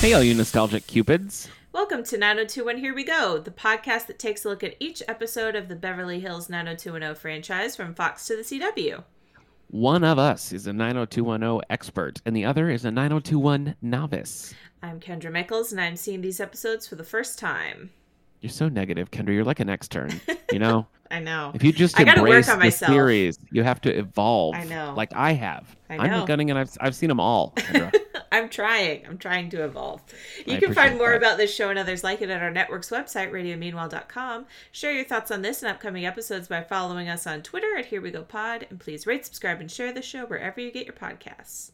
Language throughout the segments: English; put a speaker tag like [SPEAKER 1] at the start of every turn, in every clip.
[SPEAKER 1] Hey, all you nostalgic cupids.
[SPEAKER 2] Welcome to 90210 Here We Go, the podcast that takes a look at each episode of the Beverly Hills 90210 franchise from Fox to the CW.
[SPEAKER 1] One of us is a 90210 expert, and the other is a 9021 novice.
[SPEAKER 2] I'm Kendra Michaels, and I'm seeing these episodes for the first time.
[SPEAKER 1] You're so negative, Kendra. You're like an extern. You know,
[SPEAKER 2] I know.
[SPEAKER 1] if you just
[SPEAKER 2] I gotta work
[SPEAKER 1] embrace
[SPEAKER 2] on
[SPEAKER 1] the
[SPEAKER 2] myself.
[SPEAKER 1] series, you have to evolve.
[SPEAKER 2] I know.
[SPEAKER 1] Like I have.
[SPEAKER 2] I
[SPEAKER 1] I'm
[SPEAKER 2] know.
[SPEAKER 1] gunning, and I've I've seen them all. Kendra.
[SPEAKER 2] I'm trying. I'm trying to evolve. You
[SPEAKER 1] I
[SPEAKER 2] can find
[SPEAKER 1] appreciate
[SPEAKER 2] more
[SPEAKER 1] that.
[SPEAKER 2] about this show and others like it at our network's website, radiomeanwhile.com. Share your thoughts on this and upcoming episodes by following us on Twitter at Here We Go Pod, and please rate, subscribe, and share the show wherever you get your podcasts.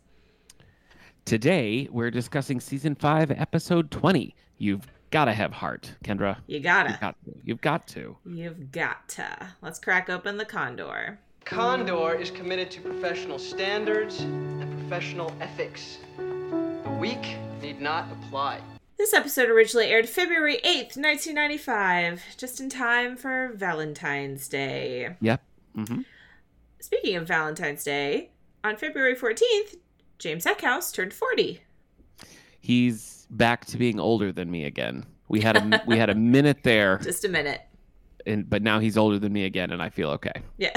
[SPEAKER 1] Today we're discussing season five, episode twenty. You've gotta have heart, Kendra.
[SPEAKER 2] You gotta.
[SPEAKER 1] You've got to. You've got to.
[SPEAKER 2] You've got to. Let's crack open the condor.
[SPEAKER 3] Condor is committed to professional standards and professional ethics. The weak need not apply.
[SPEAKER 2] This episode originally aired February 8th, 1995, just in time for Valentine's Day.
[SPEAKER 1] Yep. hmm
[SPEAKER 2] Speaking of Valentine's Day, on February 14th, James Eckhouse turned 40.
[SPEAKER 1] He's back to being older than me again. We had a we had a minute there
[SPEAKER 2] Just a minute.
[SPEAKER 1] and but now he's older than me again and i feel okay
[SPEAKER 2] Yeah.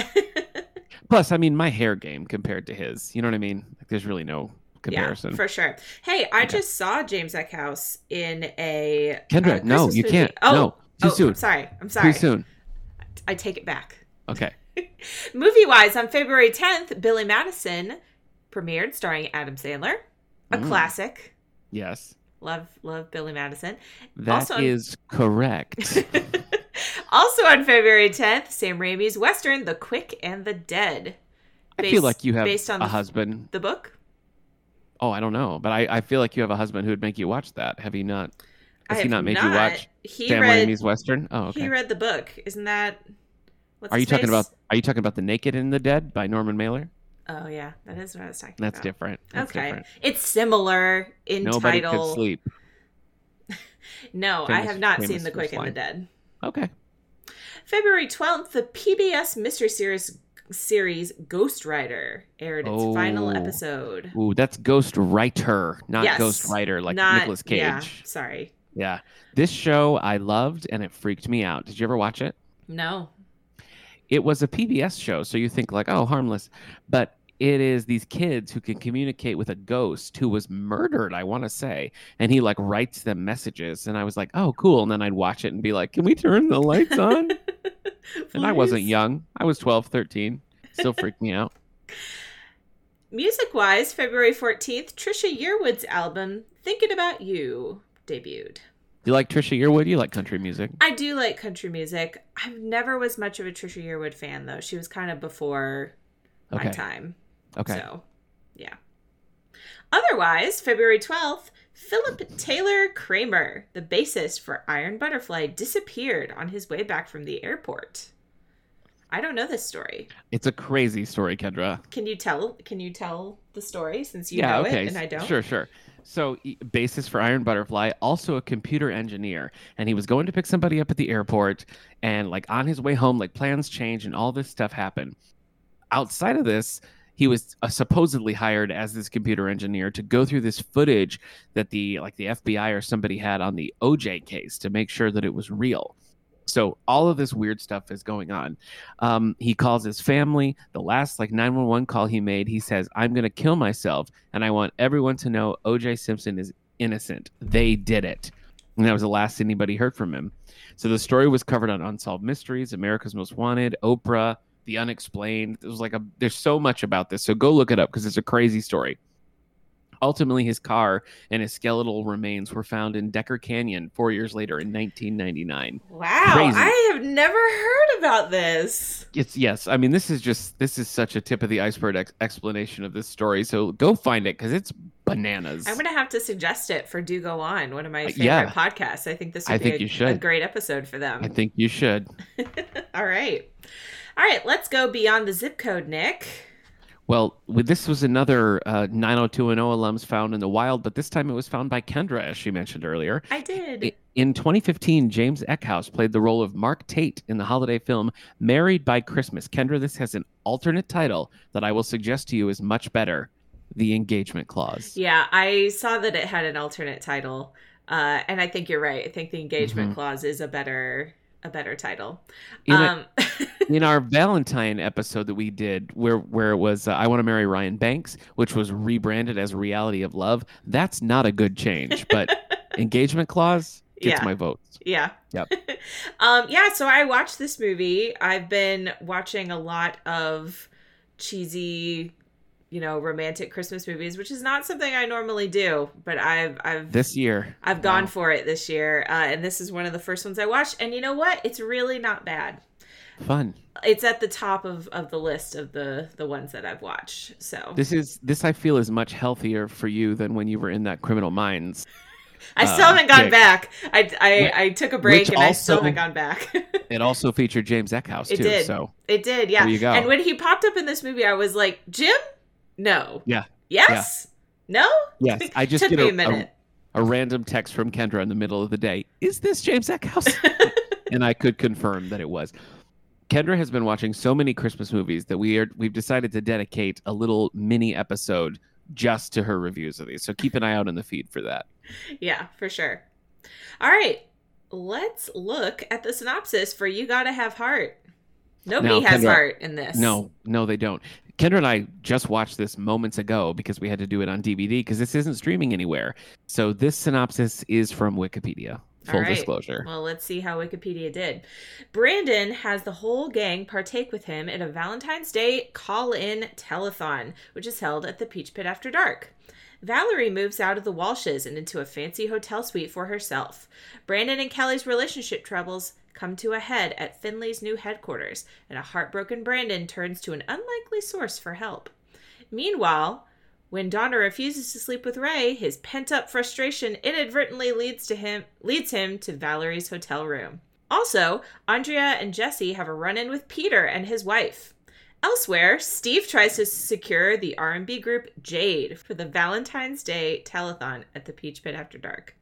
[SPEAKER 1] plus i mean my hair game compared to his you know what i mean like, there's really no
[SPEAKER 2] yeah,
[SPEAKER 1] comparison
[SPEAKER 2] for sure. Hey, I
[SPEAKER 1] Okay.
[SPEAKER 2] just saw James Eckhouse in a.
[SPEAKER 1] Kendra, no,
[SPEAKER 2] uh, Christmas
[SPEAKER 1] you
[SPEAKER 2] movie.
[SPEAKER 1] can't.
[SPEAKER 2] Oh,
[SPEAKER 1] No, too
[SPEAKER 2] oh,
[SPEAKER 1] soon.
[SPEAKER 2] I'm sorry. I'm sorry.
[SPEAKER 1] too soon
[SPEAKER 2] I take it back.
[SPEAKER 1] okay
[SPEAKER 2] Movie wise, on February 10th, Billy Madison premiered, starring Adam Sandler, a
[SPEAKER 1] Mm.
[SPEAKER 2] classic.
[SPEAKER 1] yes
[SPEAKER 2] Love, love Billy Madison.
[SPEAKER 1] that is
[SPEAKER 2] Also-
[SPEAKER 1] correct
[SPEAKER 2] also on February 10th, Sam Raimi's Western, The Quick and the Dead.
[SPEAKER 1] i
[SPEAKER 2] Based-
[SPEAKER 1] feel like you have
[SPEAKER 2] based on
[SPEAKER 1] a
[SPEAKER 2] the-
[SPEAKER 1] husband
[SPEAKER 2] The book?
[SPEAKER 1] oh i don't know but I, I feel like you have a husband who would make you watch that have you not has he
[SPEAKER 2] I have
[SPEAKER 1] not made you watch
[SPEAKER 2] He
[SPEAKER 1] sam
[SPEAKER 2] read,
[SPEAKER 1] raimi's western oh okay
[SPEAKER 2] He read the book. Isn't that. What's
[SPEAKER 1] are
[SPEAKER 2] his
[SPEAKER 1] you talking
[SPEAKER 2] face?
[SPEAKER 1] about are you talking about the naked and the dead by norman mailer
[SPEAKER 2] Oh, yeah. That is what I was talking
[SPEAKER 1] that's
[SPEAKER 2] about.
[SPEAKER 1] different that's
[SPEAKER 2] Oh, okay.
[SPEAKER 1] different
[SPEAKER 2] It's similar in
[SPEAKER 1] nobody
[SPEAKER 2] title.
[SPEAKER 1] could sleep
[SPEAKER 2] No, I
[SPEAKER 1] Famous-
[SPEAKER 2] have not
[SPEAKER 1] famous
[SPEAKER 2] seen The Quick
[SPEAKER 1] first
[SPEAKER 2] and the
[SPEAKER 1] line.
[SPEAKER 2] Dead.
[SPEAKER 1] okay
[SPEAKER 2] February 12th, the PBS mystery series series Ghost Rider aired its final
[SPEAKER 1] Oh.
[SPEAKER 2] episode.
[SPEAKER 1] Ooh, that's Ghost Writer, not
[SPEAKER 2] Yes.
[SPEAKER 1] Ghost Rider, like
[SPEAKER 2] Not-
[SPEAKER 1] Nicolas Cage. Yeah.
[SPEAKER 2] Yeah, sorry.
[SPEAKER 1] This show I loved and it freaked me out. Did you ever watch it?
[SPEAKER 2] No.
[SPEAKER 1] It was a PBS show, so you think like, oh, harmless. But it is these kids who can communicate with a ghost who was murdered, I want to say. And he like writes them messages. And I was like, oh, cool. And then I'd watch it and be like, can we turn the lights on? and I wasn't
[SPEAKER 2] Please.
[SPEAKER 1] young. I was 12, 13. Still freaked me out.
[SPEAKER 2] Music wise, February 14th, Trisha Yearwood's album Thinking About You debuted.
[SPEAKER 1] You like Trisha Yearwood? You like country music?
[SPEAKER 2] I do like country music. I never was much of a Trisha Yearwood fan though. She was kind of before my
[SPEAKER 1] Okay.
[SPEAKER 2] time.
[SPEAKER 1] Okay.
[SPEAKER 2] So, yeah. Otherwise, February 12th, Philip Taylor Kramer, the bassist for Iron Butterfly, disappeared on his way back from the airport. I don't know this story.
[SPEAKER 1] It's a crazy story, Kendra.
[SPEAKER 2] Can you tell can you tell the story since you
[SPEAKER 1] yeah,
[SPEAKER 2] know
[SPEAKER 1] okay.
[SPEAKER 2] it and I don't?
[SPEAKER 1] Sure, sure. So, e- bassist for Iron Butterfly, also a computer engineer, and he was going to pick somebody up at the airport, and like on his way home, like plans change and all this stuff happened. Outside of this, he was uh, supposedly hired as this computer engineer to go through this footage that the like the FBI or somebody had on the OJ case to make sure that it was real. So all of this weird stuff is going on. Um, he calls his family. The last like 911 call he made, he says, "I'm going to kill myself, and I want everyone to know O.J. Simpson is innocent. They did it." And that was the last anybody heard from him. So the story was covered on Unsolved Mysteries, America's Most Wanted, Oprah, The Unexplained. It was like a there's so much about this. So go look it up because it's a crazy story. Ultimately, his car and his skeletal remains were found in Decker Canyon four years later in 1999
[SPEAKER 2] Wow,
[SPEAKER 1] Crazy.
[SPEAKER 2] I have never heard about this.
[SPEAKER 1] it's yes i mean this is just this is such a tip of the iceberg ex- explanation of this story so go find it because it's bananas
[SPEAKER 2] I'm gonna have to suggest it for Do Go On, one of my
[SPEAKER 1] Uh,
[SPEAKER 2] favorite
[SPEAKER 1] yeah.
[SPEAKER 2] podcasts. I think this would
[SPEAKER 1] I
[SPEAKER 2] be
[SPEAKER 1] think
[SPEAKER 2] a,
[SPEAKER 1] you should.
[SPEAKER 2] a great episode for them.
[SPEAKER 1] i think you should
[SPEAKER 2] All right. All right, let's go beyond the zip code, Nick.
[SPEAKER 1] well with, this was another uh, 90210 alums found in the wild but this time it was found by kendra as she mentioned earlier
[SPEAKER 2] I did.
[SPEAKER 1] I- in 2015 james eckhouse played the role of mark tate in the holiday film married by christmas kendra this has an alternate title that i will suggest to you is much better the engagement clause.
[SPEAKER 2] Yeah, I saw that it had an alternate title, uh, and I think you're right. I think the engagement
[SPEAKER 1] Mhm.
[SPEAKER 2] clause is a better a better title.
[SPEAKER 1] In, a-
[SPEAKER 2] um,
[SPEAKER 1] in our Valentine episode that we did, where where it was uh, I want to marry Ryan Banks, which was rebranded as Reality of Love. That's not a good change, but engagement clause gets
[SPEAKER 2] Yeah.
[SPEAKER 1] my vote.
[SPEAKER 2] Yeah.
[SPEAKER 1] Yep.
[SPEAKER 2] um, yeah, so I watched this movie. I've been watching a lot of cheesy, you know, romantic Christmas movies, which is not something I normally do, but I've I've
[SPEAKER 1] This year,
[SPEAKER 2] I've gone
[SPEAKER 1] Wow.
[SPEAKER 2] for it this year. Uh, and this is one of the first ones I watched. And you know what? It's really not bad.
[SPEAKER 1] fun.
[SPEAKER 2] It's at the top of, of the list of the the ones that I've watched. So
[SPEAKER 1] This is this I feel is much healthier for you than when you were in that Criminal Minds,
[SPEAKER 2] I still
[SPEAKER 1] uh,
[SPEAKER 2] haven't gone
[SPEAKER 1] pick.
[SPEAKER 2] back. I, I,
[SPEAKER 1] Wh-
[SPEAKER 2] I took a break
[SPEAKER 1] which
[SPEAKER 2] and I still
[SPEAKER 1] also-
[SPEAKER 2] haven't gone back.
[SPEAKER 1] It also featured James Eckhouse
[SPEAKER 2] It
[SPEAKER 1] too.
[SPEAKER 2] did.
[SPEAKER 1] So
[SPEAKER 2] It did, yeah.
[SPEAKER 1] There you go.
[SPEAKER 2] And when he popped up in this movie, I was like, Jim? No.
[SPEAKER 1] Yeah.
[SPEAKER 2] Yes? No?
[SPEAKER 1] yes, I just
[SPEAKER 2] Took
[SPEAKER 1] get
[SPEAKER 2] me
[SPEAKER 1] a,
[SPEAKER 2] a minute.
[SPEAKER 1] a- a random text from Kendra in the middle of the day. Is this James Eckhouse? and I could confirm that it was. Kendra has been watching so many Christmas movies that we are we've decided to dedicate a little mini episode just to her reviews of these. So keep an eye out on the feed for that.
[SPEAKER 2] yeah, for sure. All right. Let's look at the synopsis for You Gotta Have Heart. Nobody
[SPEAKER 1] Now,
[SPEAKER 2] has
[SPEAKER 1] Kendra-
[SPEAKER 2] heart in this.
[SPEAKER 1] No, no, they don't. Kendra and I just watched this moments ago because we had to do it on DVD because this isn't streaming anywhere. So this synopsis is from Wikipedia. Full
[SPEAKER 2] right.
[SPEAKER 1] disclosure.
[SPEAKER 2] Well, let's see how Wikipedia did. Brandon has the whole gang partake with him in a Valentine's Day call in telethon, which is held at the Peach Pit after dark. Valerie moves out of the Walshes and into a fancy hotel suite for herself. Brandon and Kelly's relationship troubles come to a head at Finley's new headquarters, and a heartbroken Brandon turns to an unlikely source for help. Meanwhile, when Donna refuses to sleep with Ray, his pent-up frustration inadvertently leads to him leads him to Valerie's hotel room. Also, Andrea and Jesse have a run-in with Peter and his wife. Elsewhere, Steve tries to secure the R&B group Jade for the Valentine's Day telethon at the Peach Pit after dark.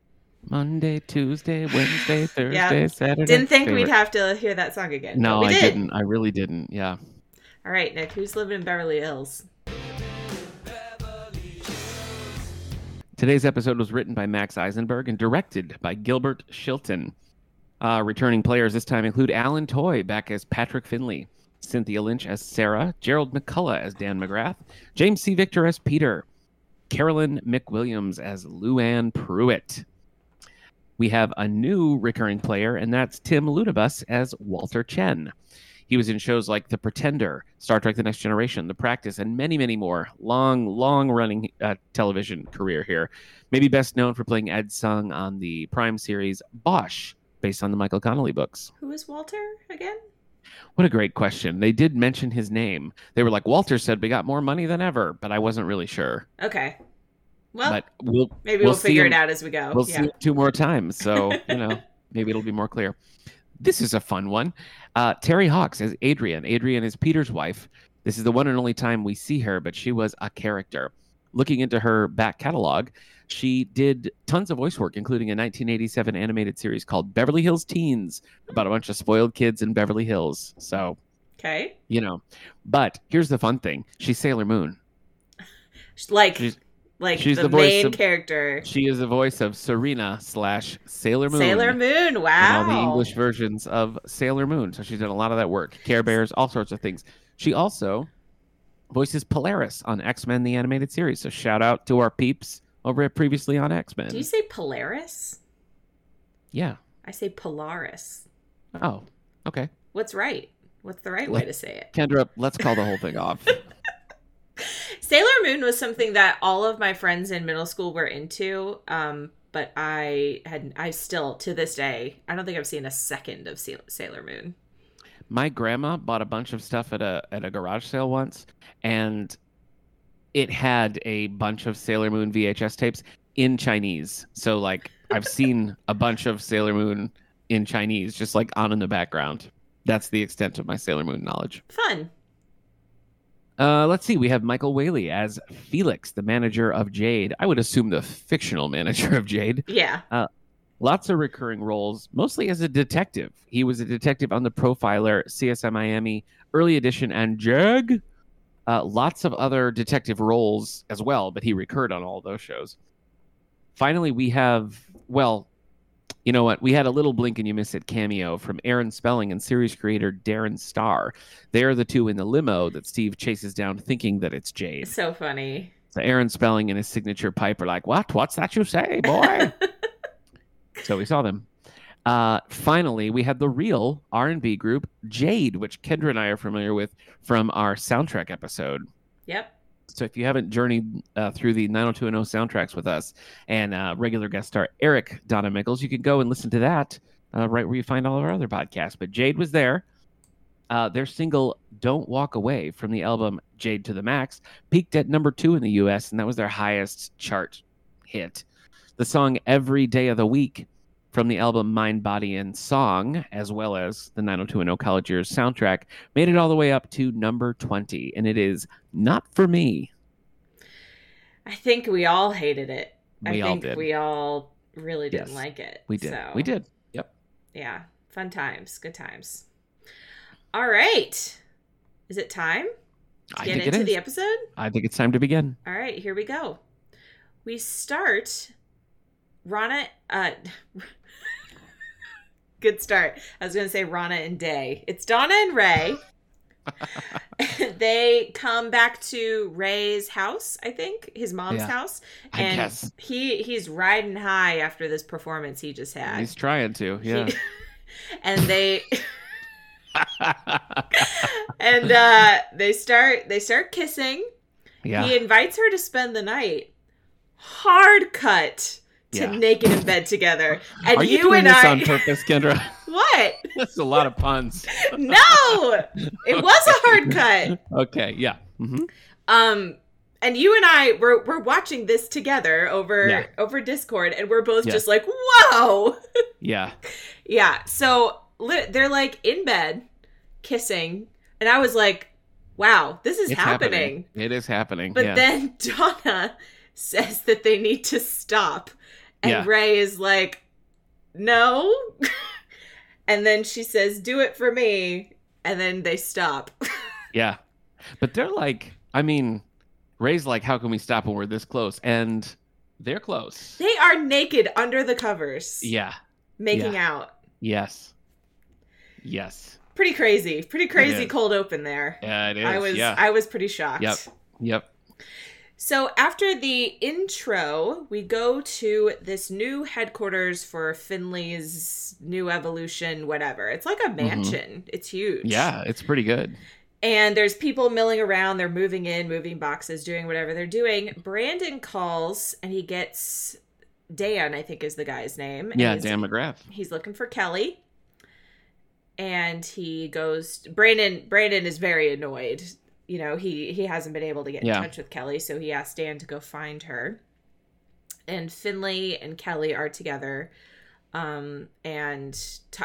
[SPEAKER 1] Monday, Tuesday, Wednesday, Thursday, Saturday.
[SPEAKER 2] Didn't think
[SPEAKER 1] Favorite.
[SPEAKER 2] we'd have to hear that song again.
[SPEAKER 1] No,
[SPEAKER 2] but we
[SPEAKER 1] I
[SPEAKER 2] did.
[SPEAKER 1] didn't. I really didn't. Yeah.
[SPEAKER 2] All right, Nick, who's living in Beverly Hills?
[SPEAKER 1] Today's episode was written by Max Eisenberg and directed by Gilbert Shilton. Uh, returning players this time include Alan Toy back as Patrick Finley, Cynthia Lynch as Sarah, Gerald McCullough as Dan McGrath, James C. Victor as Peter, Carolyn McWilliams as Luann Pruitt. We have a new recurring player, and that's Tim Ludibus as Walter Chen. He was in shows like The Pretender, Star Trek The Next Generation, The Practice, and many, many more. Long, long running uh, television career here. Maybe best known for playing Ed Sung on the Prime series Bosch, based on the Michael Connolly books.
[SPEAKER 2] Who is Walter again?
[SPEAKER 1] What a great question. They did mention his name. They were like, Walter said we got more money than ever, but I wasn't really sure.
[SPEAKER 2] Okay. Well,
[SPEAKER 1] but we'll
[SPEAKER 2] Maybe
[SPEAKER 1] We'll
[SPEAKER 2] we'll,
[SPEAKER 1] see
[SPEAKER 2] figure
[SPEAKER 1] him-
[SPEAKER 2] it out as we go.
[SPEAKER 1] We'll
[SPEAKER 2] Oh, yeah.
[SPEAKER 1] see it two more times. So, you know, maybe it'll be more clear. This is a fun one. Uh, Terry Hawks as Adrian. Adrian is Peter's wife. This is the one and only time we see her, but she was a character. Looking into her back catalog, she did tons of voice work, including a 1987 animated series called Beverly Hills Teens about a bunch of spoiled kids in Beverly Hills. So,
[SPEAKER 2] Okay.
[SPEAKER 1] you know, but here's the fun thing she's Sailor Moon.
[SPEAKER 2] Like,
[SPEAKER 1] She's-
[SPEAKER 2] like
[SPEAKER 1] she's
[SPEAKER 2] the,
[SPEAKER 1] the voice
[SPEAKER 2] main
[SPEAKER 1] of
[SPEAKER 2] character.
[SPEAKER 1] She is the voice of Serena slash Sailor Moon.
[SPEAKER 2] Sailor Moon. Wow.
[SPEAKER 1] and all the English versions of Sailor Moon. So she's done a lot of that work. Care Bears, all sorts of things. She also voices Polaris on X Men the animated series. So shout out to our peeps over at previously on X
[SPEAKER 2] Do you
[SPEAKER 1] Men.
[SPEAKER 2] say Polaris?
[SPEAKER 1] Yeah.
[SPEAKER 2] I say Polaris.
[SPEAKER 1] Oh. Okay.
[SPEAKER 2] What's right? What's the right way to say it?
[SPEAKER 1] Kendra, let's call the whole thing off.
[SPEAKER 2] Sailor Moon was something that all of my friends in middle school were into, um, but I had I still to this day I don't think I've seen a second of Sail- Sailor Moon.
[SPEAKER 1] My grandma bought a bunch of stuff at a at a garage sale once, and it had a bunch of Sailor Moon VHS tapes in Chinese. So like I've seen a bunch of Sailor Moon in Chinese, just like on in the background. That's the extent of my Sailor Moon knowledge.
[SPEAKER 2] Fun.
[SPEAKER 1] Uh, let's see. We have Michael Whaley as Felix, the manager of Jade. I would assume the fictional manager of Jade.
[SPEAKER 2] Yeah.
[SPEAKER 1] Lots of recurring roles, mostly as a detective. He was a detective on The Profiler, CSI Miami, Early Edition, and JAG. Uh, lots of other detective roles as well, but he recurred on all those shows. Finally, we have, well, you know what? We had a little blink and you miss it cameo from Aaron Spelling and series creator Darren Starr. They're the two in the limo that Steve chases down thinking that it's Jade.
[SPEAKER 2] It's so funny.
[SPEAKER 1] So Aaron Spelling and his signature pipe are like, What? What's that you say, boy? so we saw them. Uh, finally, we had the real R&B group Jade, which Kendra and I are familiar with from our soundtrack episode.
[SPEAKER 2] Yep.
[SPEAKER 1] So if you haven't journeyed uh, through the 90210 soundtracks with us and uh, regular guest star Eric Donna Mickles, you can go and listen to that uh, right where you find all of our other podcasts. But Jade was there. Uh, their single "Don't Walk Away" from the album "Jade to the Max" peaked at number two in the U.S. and that was their highest chart hit. The song "Every Day of the Week" from the album Mind, Body, and Song, as well as the 90210 College Years soundtrack, made it all the way up to number 20, and it is not for me.
[SPEAKER 2] I think we all hated it.
[SPEAKER 1] We
[SPEAKER 2] I
[SPEAKER 1] all
[SPEAKER 2] think
[SPEAKER 1] did.
[SPEAKER 2] we all really didn't
[SPEAKER 1] Yes.
[SPEAKER 2] like it.
[SPEAKER 1] We did.
[SPEAKER 2] So,
[SPEAKER 1] We did. Yep.
[SPEAKER 2] Yeah. Fun times. Good times. All right. Is it time to
[SPEAKER 1] I
[SPEAKER 2] get
[SPEAKER 1] think it
[SPEAKER 2] into
[SPEAKER 1] is.
[SPEAKER 2] the episode?
[SPEAKER 1] I think it's time to begin.
[SPEAKER 2] All right, here we go. We start Rana uh Good start. I was going to say Rana and Day. It's Donna and Ray. they come back to Ray's house, I think, his mom's
[SPEAKER 1] Yeah.
[SPEAKER 2] house,
[SPEAKER 1] I
[SPEAKER 2] and
[SPEAKER 1] guess.
[SPEAKER 2] he he's riding high after this performance he just had.
[SPEAKER 1] He's trying to. Yeah.
[SPEAKER 2] He- and they and uh they start they start kissing.
[SPEAKER 1] yeah.
[SPEAKER 2] He invites her to spend the night. Hard cut to
[SPEAKER 1] Yeah.
[SPEAKER 2] naked in bed together. And
[SPEAKER 1] Are
[SPEAKER 2] you,
[SPEAKER 1] you, doing
[SPEAKER 2] and
[SPEAKER 1] this
[SPEAKER 2] I
[SPEAKER 1] on purpose, Kendra?
[SPEAKER 2] What?
[SPEAKER 1] That's a lot of puns.
[SPEAKER 2] No. It was a hard cut.
[SPEAKER 1] Okay. Yeah. hmm
[SPEAKER 2] Um and you and I were we're watching this together over
[SPEAKER 1] Yeah.
[SPEAKER 2] over Discord and we're both
[SPEAKER 1] Yeah.
[SPEAKER 2] just like, "Whoa."
[SPEAKER 1] Yeah.
[SPEAKER 2] Yeah. So li- they're like in bed kissing and I was like, "Wow, this is
[SPEAKER 1] It's
[SPEAKER 2] happening."
[SPEAKER 1] It is happening.
[SPEAKER 2] But
[SPEAKER 1] yeah.
[SPEAKER 2] then Donna says that they need to stop. And
[SPEAKER 1] Yeah.
[SPEAKER 2] Ray is like, no. and then she says, do it for me. And then they stop.
[SPEAKER 1] Yeah. But they're like, I mean, Ray's like, how can we stop when we're this close? And they're close.
[SPEAKER 2] They are naked under the covers,
[SPEAKER 1] Yeah.
[SPEAKER 2] making out.
[SPEAKER 1] Yes. Yes.
[SPEAKER 2] Pretty crazy. Pretty crazy
[SPEAKER 1] is.
[SPEAKER 2] cold open there.
[SPEAKER 1] Yeah, it is.
[SPEAKER 2] I was
[SPEAKER 1] yeah.
[SPEAKER 2] I was pretty shocked.
[SPEAKER 1] Yep. yep.
[SPEAKER 2] So after the intro, we go to this new headquarters for Finley's new evolution, whatever. It's like a mansion. It's huge.
[SPEAKER 1] Mm-hmm. Yeah. It's pretty good.
[SPEAKER 2] And there's people milling around. They're moving in, moving boxes, doing whatever they're doing. Brandon calls and he gets Dan, I think is the guy's name. and
[SPEAKER 1] Yeah.
[SPEAKER 2] he's-
[SPEAKER 1] Dan McGrath.
[SPEAKER 2] He's looking for Kelly. And he goes Brandon Brandon is very annoyed. You know, he he hasn't been able to get
[SPEAKER 1] Yeah.
[SPEAKER 2] in touch with Kelly, so he asked Dan to go find her. And Finley and Kelly are together. Um and t-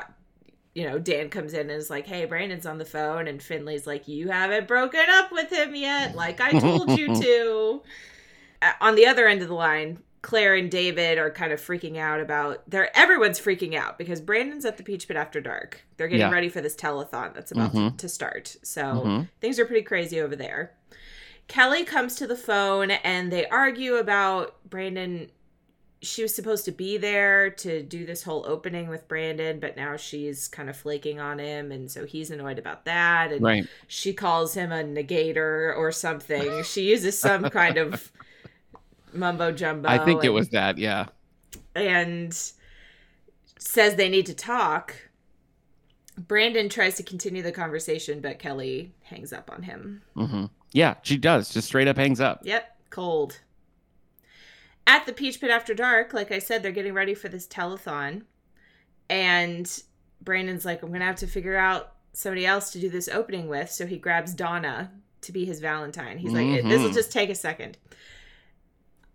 [SPEAKER 2] you know, Dan comes in and is like, "Hey, Brandon's on the phone." And Finley's like, "You haven't broken up with him yet, like I told you to." Uh, on the other end of the line, Claire and David are kind of freaking out about they're everyone's freaking out because Brandon's at the Peach Pit after dark. They're getting
[SPEAKER 1] Yeah.
[SPEAKER 2] ready for this telethon that's about
[SPEAKER 1] Mhm.
[SPEAKER 2] to start. So
[SPEAKER 1] Mhm.
[SPEAKER 2] things are pretty crazy over there. Kelly comes to the phone and they argue about Brandon. She was supposed to be there to do this whole opening with Brandon, but now she's kind of flaking on him. And so he's annoyed about that. And
[SPEAKER 1] Right.
[SPEAKER 2] she calls him a negator or something. She uses some kind of mumbo jumbo.
[SPEAKER 1] I think it
[SPEAKER 2] and-
[SPEAKER 1] was that. Yeah.
[SPEAKER 2] and says they need to talk. Brandon tries to continue the conversation, but Kelly hangs up on him.
[SPEAKER 1] hmm Yeah. She does. Just straight up hangs up.
[SPEAKER 2] Yep, cold. At the Peach Pit After Dark, like I said, they're getting ready for this telethon. And Brandon's like, I'm going to have to figure out somebody else to do this opening with. So he grabs Donna to be his Valentine. He's like, this will
[SPEAKER 1] Mhm.
[SPEAKER 2] just take a second.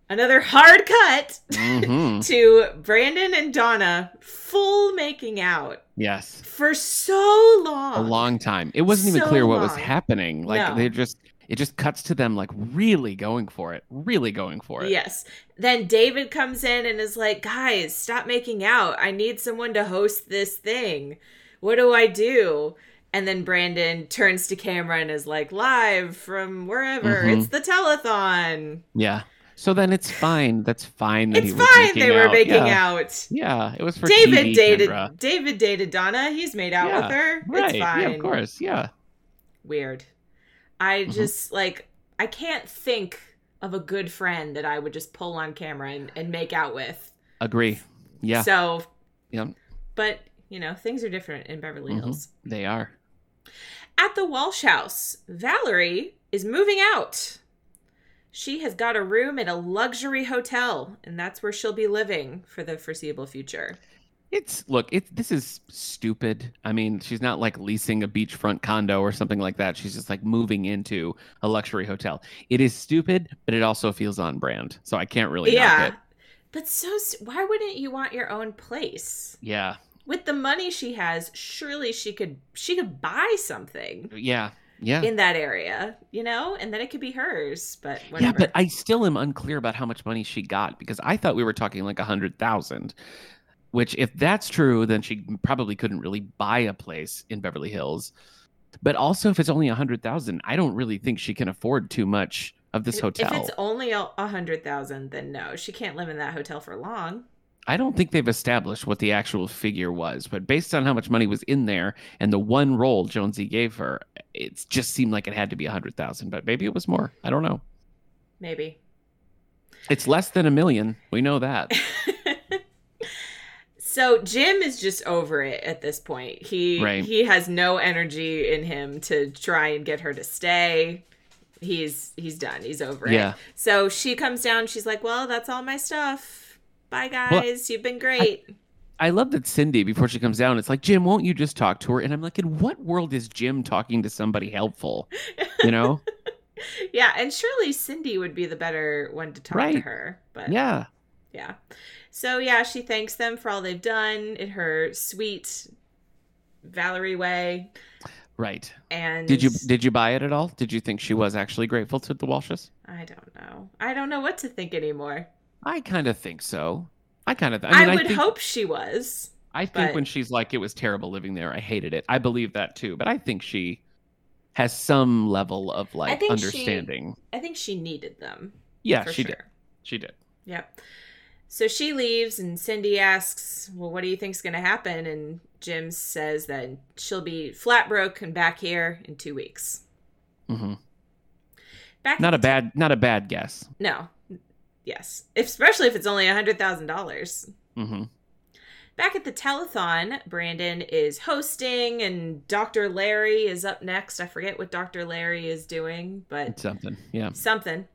[SPEAKER 2] Another hard cut
[SPEAKER 1] hmm
[SPEAKER 2] to Brandon and Donna full making out
[SPEAKER 1] yes.
[SPEAKER 2] for so
[SPEAKER 1] a
[SPEAKER 2] long.
[SPEAKER 1] long time. It wasn't even
[SPEAKER 2] So
[SPEAKER 1] clear what was
[SPEAKER 2] long.
[SPEAKER 1] happening. Like
[SPEAKER 2] No.
[SPEAKER 1] they just it just cuts to them like really going for it, really going for it.
[SPEAKER 2] Yes. Then David comes in and is like, "Guys, stop making out. I need someone to host this thing. What do I do?" And then Brandon turns to camera and is like, live from wherever.
[SPEAKER 1] Mhm.
[SPEAKER 2] It's the telethon.
[SPEAKER 1] Yeah. So then it's fine. That's fine. that he
[SPEAKER 2] it's
[SPEAKER 1] was
[SPEAKER 2] fine.
[SPEAKER 1] making
[SPEAKER 2] They were
[SPEAKER 1] out.
[SPEAKER 2] making
[SPEAKER 1] yeah.
[SPEAKER 2] out.
[SPEAKER 1] Yeah, it was for
[SPEAKER 2] David
[SPEAKER 1] TV,
[SPEAKER 2] dated
[SPEAKER 1] Kendra.
[SPEAKER 2] David dated Donna. He's made out
[SPEAKER 1] Yeah,
[SPEAKER 2] with her.
[SPEAKER 1] Right.
[SPEAKER 2] It's fine.
[SPEAKER 1] Yeah, of course. Yeah.
[SPEAKER 2] Weird. I
[SPEAKER 1] Mhm.
[SPEAKER 2] just like I can't think of a good friend that I would just pull on camera and, and make out with.
[SPEAKER 1] Agree. Yeah.
[SPEAKER 2] So
[SPEAKER 1] Yep.
[SPEAKER 2] but you know, things are different in Beverly
[SPEAKER 1] Mhm.
[SPEAKER 2] Hills.
[SPEAKER 1] They are.
[SPEAKER 2] At the Walsh house, Valerie is moving out. She has got a room at a luxury hotel, and that's where she'll be living for the foreseeable future.
[SPEAKER 1] It's look, it this is stupid. I mean, she's not like leasing a beachfront condo or something like that. She's just like moving into a luxury hotel. It is stupid, but it also feels on brand. So I can't really knock it.
[SPEAKER 2] But so, s- why wouldn't you want your own place?
[SPEAKER 1] Yeah.
[SPEAKER 2] With the money she has, surely she could she could buy something
[SPEAKER 1] Yeah. Yeah.
[SPEAKER 2] in that area, you know, and then it could be hers. But whatever.
[SPEAKER 1] Yeah, but I still am unclear about how much money she got because I thought we were talking like a hundred thousand. Which, if that's true, then she probably couldn't really buy a place in Beverly Hills. But also, if it's only a hundred thousand, I don't really think she can afford too much of this
[SPEAKER 2] If-
[SPEAKER 1] hotel.
[SPEAKER 2] If it's only a a hundred thousand, then no, she can't live in that hotel for long.
[SPEAKER 1] I don't think they've established what the actual figure was, but based on how much money was in there and the one role Jonesy gave her, it just seemed like it had to be a hundred thousand. But maybe it was more. I don't know.
[SPEAKER 2] Maybe.
[SPEAKER 1] It's less than a million. We know that.
[SPEAKER 2] so Jim is just over it at this point. He
[SPEAKER 1] Right.
[SPEAKER 2] he has no energy in him to try and get her to stay. He's he's done. He's over
[SPEAKER 1] Yeah.
[SPEAKER 2] it. So she comes down. She's like, "Well, that's all my stuff. Bye, guys. You've been great."
[SPEAKER 1] I love that Cindy, before she comes down, it's like, Jim, won't you just talk to her? And I'm like, in what world is Jim talking to somebody helpful? You know?
[SPEAKER 2] yeah, and surely Cindy would be the better one to talk to
[SPEAKER 1] Right.
[SPEAKER 2] her. But
[SPEAKER 1] yeah.
[SPEAKER 2] yeah. So yeah, she thanks them for all they've done in her sweet Valerie way.
[SPEAKER 1] Right.
[SPEAKER 2] And
[SPEAKER 1] Did you did you buy it at all? Did you think she was actually grateful to the Walshes?
[SPEAKER 2] I don't know. I don't know what to think anymore.
[SPEAKER 1] I kind of think so. I kind of.
[SPEAKER 2] I,
[SPEAKER 1] I mean, I,
[SPEAKER 2] would
[SPEAKER 1] think,
[SPEAKER 2] hope she was.
[SPEAKER 1] I think
[SPEAKER 2] but-
[SPEAKER 1] when she's like, it was terrible living there. I hated it. I believe that too. But I think she has some level of like
[SPEAKER 2] think she-
[SPEAKER 1] understanding.
[SPEAKER 2] I think she needed them.
[SPEAKER 1] yeah,
[SPEAKER 2] for
[SPEAKER 1] she
[SPEAKER 2] sure.
[SPEAKER 1] did. She did.
[SPEAKER 2] Yep. So she leaves, and Cindy asks, "Well, what do you think's going to happen?" And Jim says that she'll be flat broke and back here in two weeks.
[SPEAKER 1] hmm
[SPEAKER 2] Back
[SPEAKER 1] Not a
[SPEAKER 2] at the-
[SPEAKER 1] bad not a bad guess.
[SPEAKER 2] no. Yes, especially if it's only a hundred thousand dollars.
[SPEAKER 1] hmm
[SPEAKER 2] Back at the telethon, Brandon is hosting, and Dr. Larry is up next. I forget what Dr. Larry is doing, but
[SPEAKER 1] It's something. Yeah.
[SPEAKER 2] something.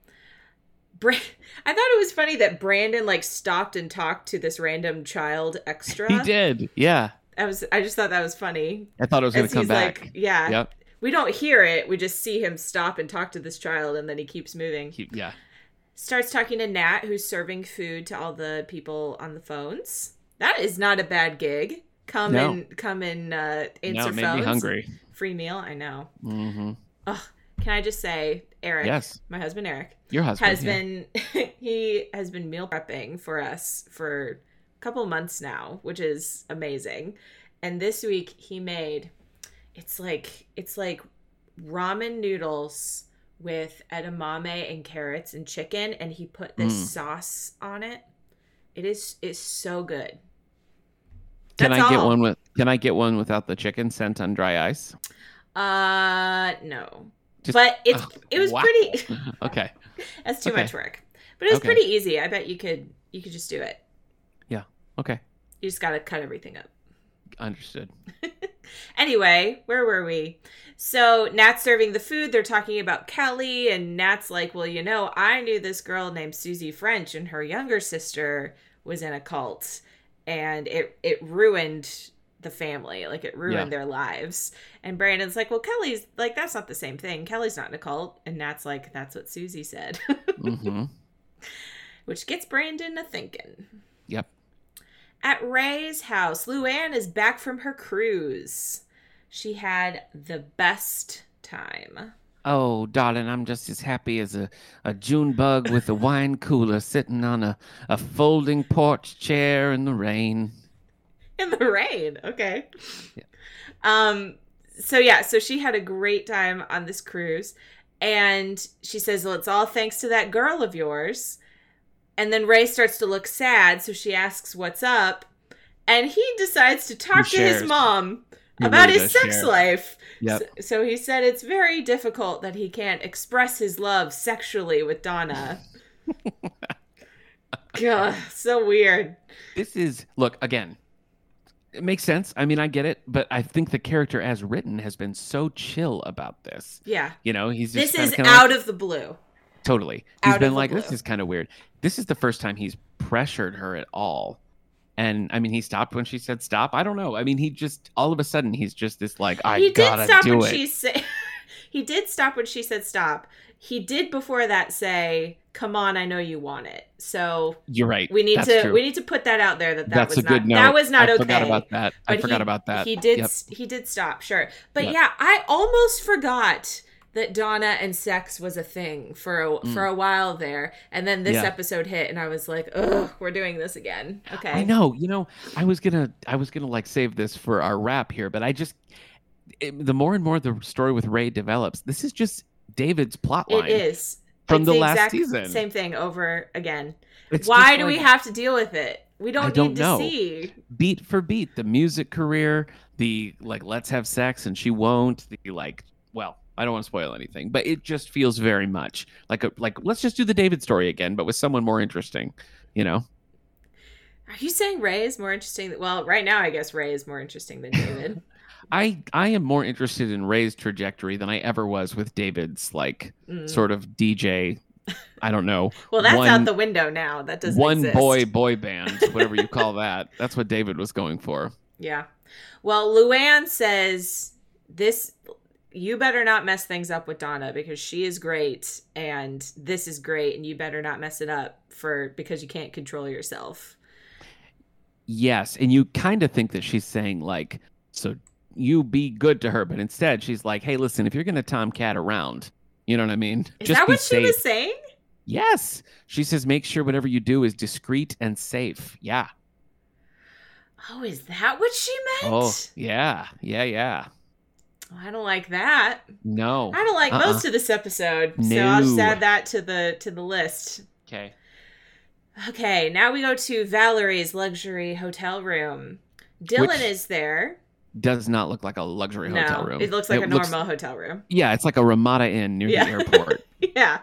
[SPEAKER 2] Bra- I thought it was funny that Brandon like stopped and talked to this random child extra.
[SPEAKER 1] He did. Yeah.
[SPEAKER 2] I was I just thought that was funny.
[SPEAKER 1] I thought it was going
[SPEAKER 2] As
[SPEAKER 1] to come
[SPEAKER 2] he's
[SPEAKER 1] back.
[SPEAKER 2] like, yeah.
[SPEAKER 1] Yep.
[SPEAKER 2] We don't hear it. We just see him stop and talk to this child and then he keeps moving.
[SPEAKER 1] He- yeah.
[SPEAKER 2] Starts talking to Nat who's serving food to all the people on the phones. That is not a bad gig. Come
[SPEAKER 1] No.
[SPEAKER 2] and come and uh,
[SPEAKER 1] Now
[SPEAKER 2] answer
[SPEAKER 1] it made
[SPEAKER 2] phones.
[SPEAKER 1] me hungry.
[SPEAKER 2] Free meal, I know.
[SPEAKER 1] hmm
[SPEAKER 2] Can I just say, Eric,
[SPEAKER 1] Yes.
[SPEAKER 2] my husband Eric,
[SPEAKER 1] Your husband.
[SPEAKER 2] has
[SPEAKER 1] yeah.
[SPEAKER 2] been he has been meal prepping for us for a couple months now, which is amazing. And this week he made it's like it's like ramen noodles with edamame and carrots and chicken and he put this
[SPEAKER 1] Mm.
[SPEAKER 2] sauce on it. It is it's so good.
[SPEAKER 1] Can
[SPEAKER 2] That's
[SPEAKER 1] I get
[SPEAKER 2] all.
[SPEAKER 1] one with? Can I get one without the chicken sent on dry ice?
[SPEAKER 2] Uh no.
[SPEAKER 1] Just-
[SPEAKER 2] but it's
[SPEAKER 1] Ugh,
[SPEAKER 2] it was
[SPEAKER 1] wow.
[SPEAKER 2] pretty
[SPEAKER 1] Okay.
[SPEAKER 2] That's too
[SPEAKER 1] Okay.
[SPEAKER 2] much work. But it was
[SPEAKER 1] Okay.
[SPEAKER 2] pretty easy. I bet you could you could just do it.
[SPEAKER 1] Okay.
[SPEAKER 2] You just got to cut everything up.
[SPEAKER 1] Understood.
[SPEAKER 2] Anyway, where were we? So Nat's serving the food. They're talking about Kelly, and Nat's like, "Well, you know, I knew this girl named Susie French, and her younger sister was in a cult, and it it ruined." the family like it
[SPEAKER 1] Yeah.
[SPEAKER 2] ruined their lives and brandon's like well kelly's like that's not the same thing kelly's not in a cult and nat's like that's what susie said
[SPEAKER 1] hmm
[SPEAKER 2] which gets brandon a thinking
[SPEAKER 1] Yep.
[SPEAKER 2] At Ray's house, Luann is back from her cruise. She had the best time.
[SPEAKER 1] Oh, darling, I'm just as happy as a, a June bug with a wine cooler sitting on a, a folding porch chair in the rain.
[SPEAKER 2] In the rain, okay.
[SPEAKER 1] Yeah.
[SPEAKER 2] Um so yeah, so she had a great time on this cruise, and she says, "Well, it's all thanks to that girl of yours." And then Ray starts to look sad, so she asks, "What's up?" And he decides to talk to his
[SPEAKER 1] shares.
[SPEAKER 2] mom
[SPEAKER 1] He
[SPEAKER 2] about
[SPEAKER 1] really
[SPEAKER 2] his
[SPEAKER 1] does
[SPEAKER 2] sex
[SPEAKER 1] share.
[SPEAKER 2] life.
[SPEAKER 1] Yep.
[SPEAKER 2] So, so he said it's very difficult that he can't express his love sexually with Donna. God, so weird.
[SPEAKER 1] This is look again. It makes sense. I mean, I get it, but I think the character as written has been so chill about this.
[SPEAKER 2] Yeah.
[SPEAKER 1] You know, he's just
[SPEAKER 2] This is
[SPEAKER 1] kinda like-
[SPEAKER 2] out of the blue.
[SPEAKER 1] Totally.
[SPEAKER 2] out
[SPEAKER 1] He's
[SPEAKER 2] of
[SPEAKER 1] been
[SPEAKER 2] the
[SPEAKER 1] like, this
[SPEAKER 2] blue.
[SPEAKER 1] is kind of weird. This is the first time he's pressured her at all. And I mean, he stopped when she said stop. I don't know. I mean, he just all of a sudden he's just this like, I
[SPEAKER 2] he did
[SPEAKER 1] gotta
[SPEAKER 2] stop
[SPEAKER 1] do
[SPEAKER 2] when
[SPEAKER 1] it.
[SPEAKER 2] she said he did stop when she said stop. He did before that say, "Come on, I know you want it." So
[SPEAKER 1] You're right.
[SPEAKER 2] we need
[SPEAKER 1] That's
[SPEAKER 2] to
[SPEAKER 1] true.
[SPEAKER 2] we need to put that out there that that
[SPEAKER 1] That's
[SPEAKER 2] was
[SPEAKER 1] a
[SPEAKER 2] not
[SPEAKER 1] good note.
[SPEAKER 2] that was not
[SPEAKER 1] I
[SPEAKER 2] okay.
[SPEAKER 1] Forgot about that. I
[SPEAKER 2] But
[SPEAKER 1] forgot
[SPEAKER 2] he-
[SPEAKER 1] about that.
[SPEAKER 2] He did
[SPEAKER 1] Yep.
[SPEAKER 2] s he did stop, sure. But
[SPEAKER 1] Yep.
[SPEAKER 2] yeah, I almost forgot that Donna and sex was a thing for a, for a while there, and then this
[SPEAKER 1] Mm. Yeah.
[SPEAKER 2] episode hit, and I was like, "Ugh, we're doing this again." Okay,
[SPEAKER 1] I know. You know, I was gonna, I was gonna like save this for our wrap here, but I just, it, the more and more the story with Ray develops, this is just David's plot line
[SPEAKER 2] it is
[SPEAKER 1] from
[SPEAKER 2] It's
[SPEAKER 1] the,
[SPEAKER 2] the
[SPEAKER 1] last
[SPEAKER 2] exact
[SPEAKER 1] season.
[SPEAKER 2] Same thing over again.
[SPEAKER 1] It's
[SPEAKER 2] Why
[SPEAKER 1] just
[SPEAKER 2] do we
[SPEAKER 1] like-
[SPEAKER 2] have to deal with it? We don't,
[SPEAKER 1] don't
[SPEAKER 2] need to
[SPEAKER 1] know.
[SPEAKER 2] see.
[SPEAKER 1] beat for beat the music career the like let's have sex and she won't the like well i don't want to spoil anything but it just feels very much like a like let's just do the david story again but with someone more interesting you know
[SPEAKER 2] Are you saying Ray is more interesting? Than, well, right now I guess Ray is more interesting than David.
[SPEAKER 1] i i am more interested in ray's trajectory than i ever was with david's like
[SPEAKER 2] Mm.
[SPEAKER 1] sort of dj i don't know
[SPEAKER 2] well, that's
[SPEAKER 1] one-
[SPEAKER 2] out the window now. That doesn't
[SPEAKER 1] one
[SPEAKER 2] exist.
[SPEAKER 1] boy boy band whatever you call that that's what david was going for
[SPEAKER 2] Yeah. Well, Luann says this you better not mess things up with Donna because she is great and this is great and you better not mess it up for because you can't control yourself.
[SPEAKER 1] Yes, and you kind of think that she's saying like, so you be good to her, but instead she's like, hey, listen, if you're gonna tomcat around, you know what I mean?
[SPEAKER 2] Is that
[SPEAKER 1] be
[SPEAKER 2] what she was saying?
[SPEAKER 1] Yes, she says, make sure whatever you do is discreet and safe. Yeah.
[SPEAKER 2] Oh, is that what she meant? Oh,
[SPEAKER 1] Oh, yeah, yeah, yeah.
[SPEAKER 2] I don't like that.
[SPEAKER 1] No.
[SPEAKER 2] I don't like
[SPEAKER 1] Uh-uh.
[SPEAKER 2] most of this episode, so I'll just
[SPEAKER 1] No.
[SPEAKER 2] add that to the to the list.
[SPEAKER 1] Okay.
[SPEAKER 2] Okay, now we go to Valerie's luxury hotel room. Dylan
[SPEAKER 1] Which-
[SPEAKER 2] is there.
[SPEAKER 1] Does not look like a luxury
[SPEAKER 2] no,
[SPEAKER 1] hotel room.
[SPEAKER 2] it looks like a
[SPEAKER 1] looks-
[SPEAKER 2] normal hotel room.
[SPEAKER 1] Yeah, it's like a Ramada Inn near
[SPEAKER 2] Yeah.
[SPEAKER 1] the airport.
[SPEAKER 2] yeah.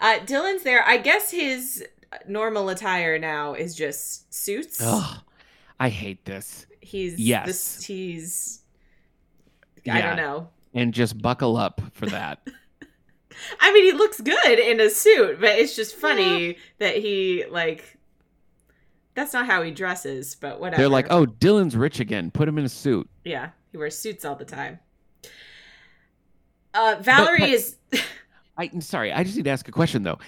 [SPEAKER 2] Uh, Dylan's there. I guess his normal attire now is just suits.
[SPEAKER 1] Ugh, I hate this.
[SPEAKER 2] He's
[SPEAKER 1] Yes.
[SPEAKER 2] this- he's. I
[SPEAKER 1] Yeah.
[SPEAKER 2] don't know.
[SPEAKER 1] And just buckle up for that.
[SPEAKER 2] I mean, he looks good in a suit, but it's just funny that he like. That's not how he dresses, but whatever.
[SPEAKER 1] They're like, oh, Dylan's rich again. Put him in a suit.
[SPEAKER 2] yeah, he wears suits all the time. Uh, Valerie
[SPEAKER 1] but-
[SPEAKER 2] is.
[SPEAKER 1] I, am sorry, I just need to ask a question though.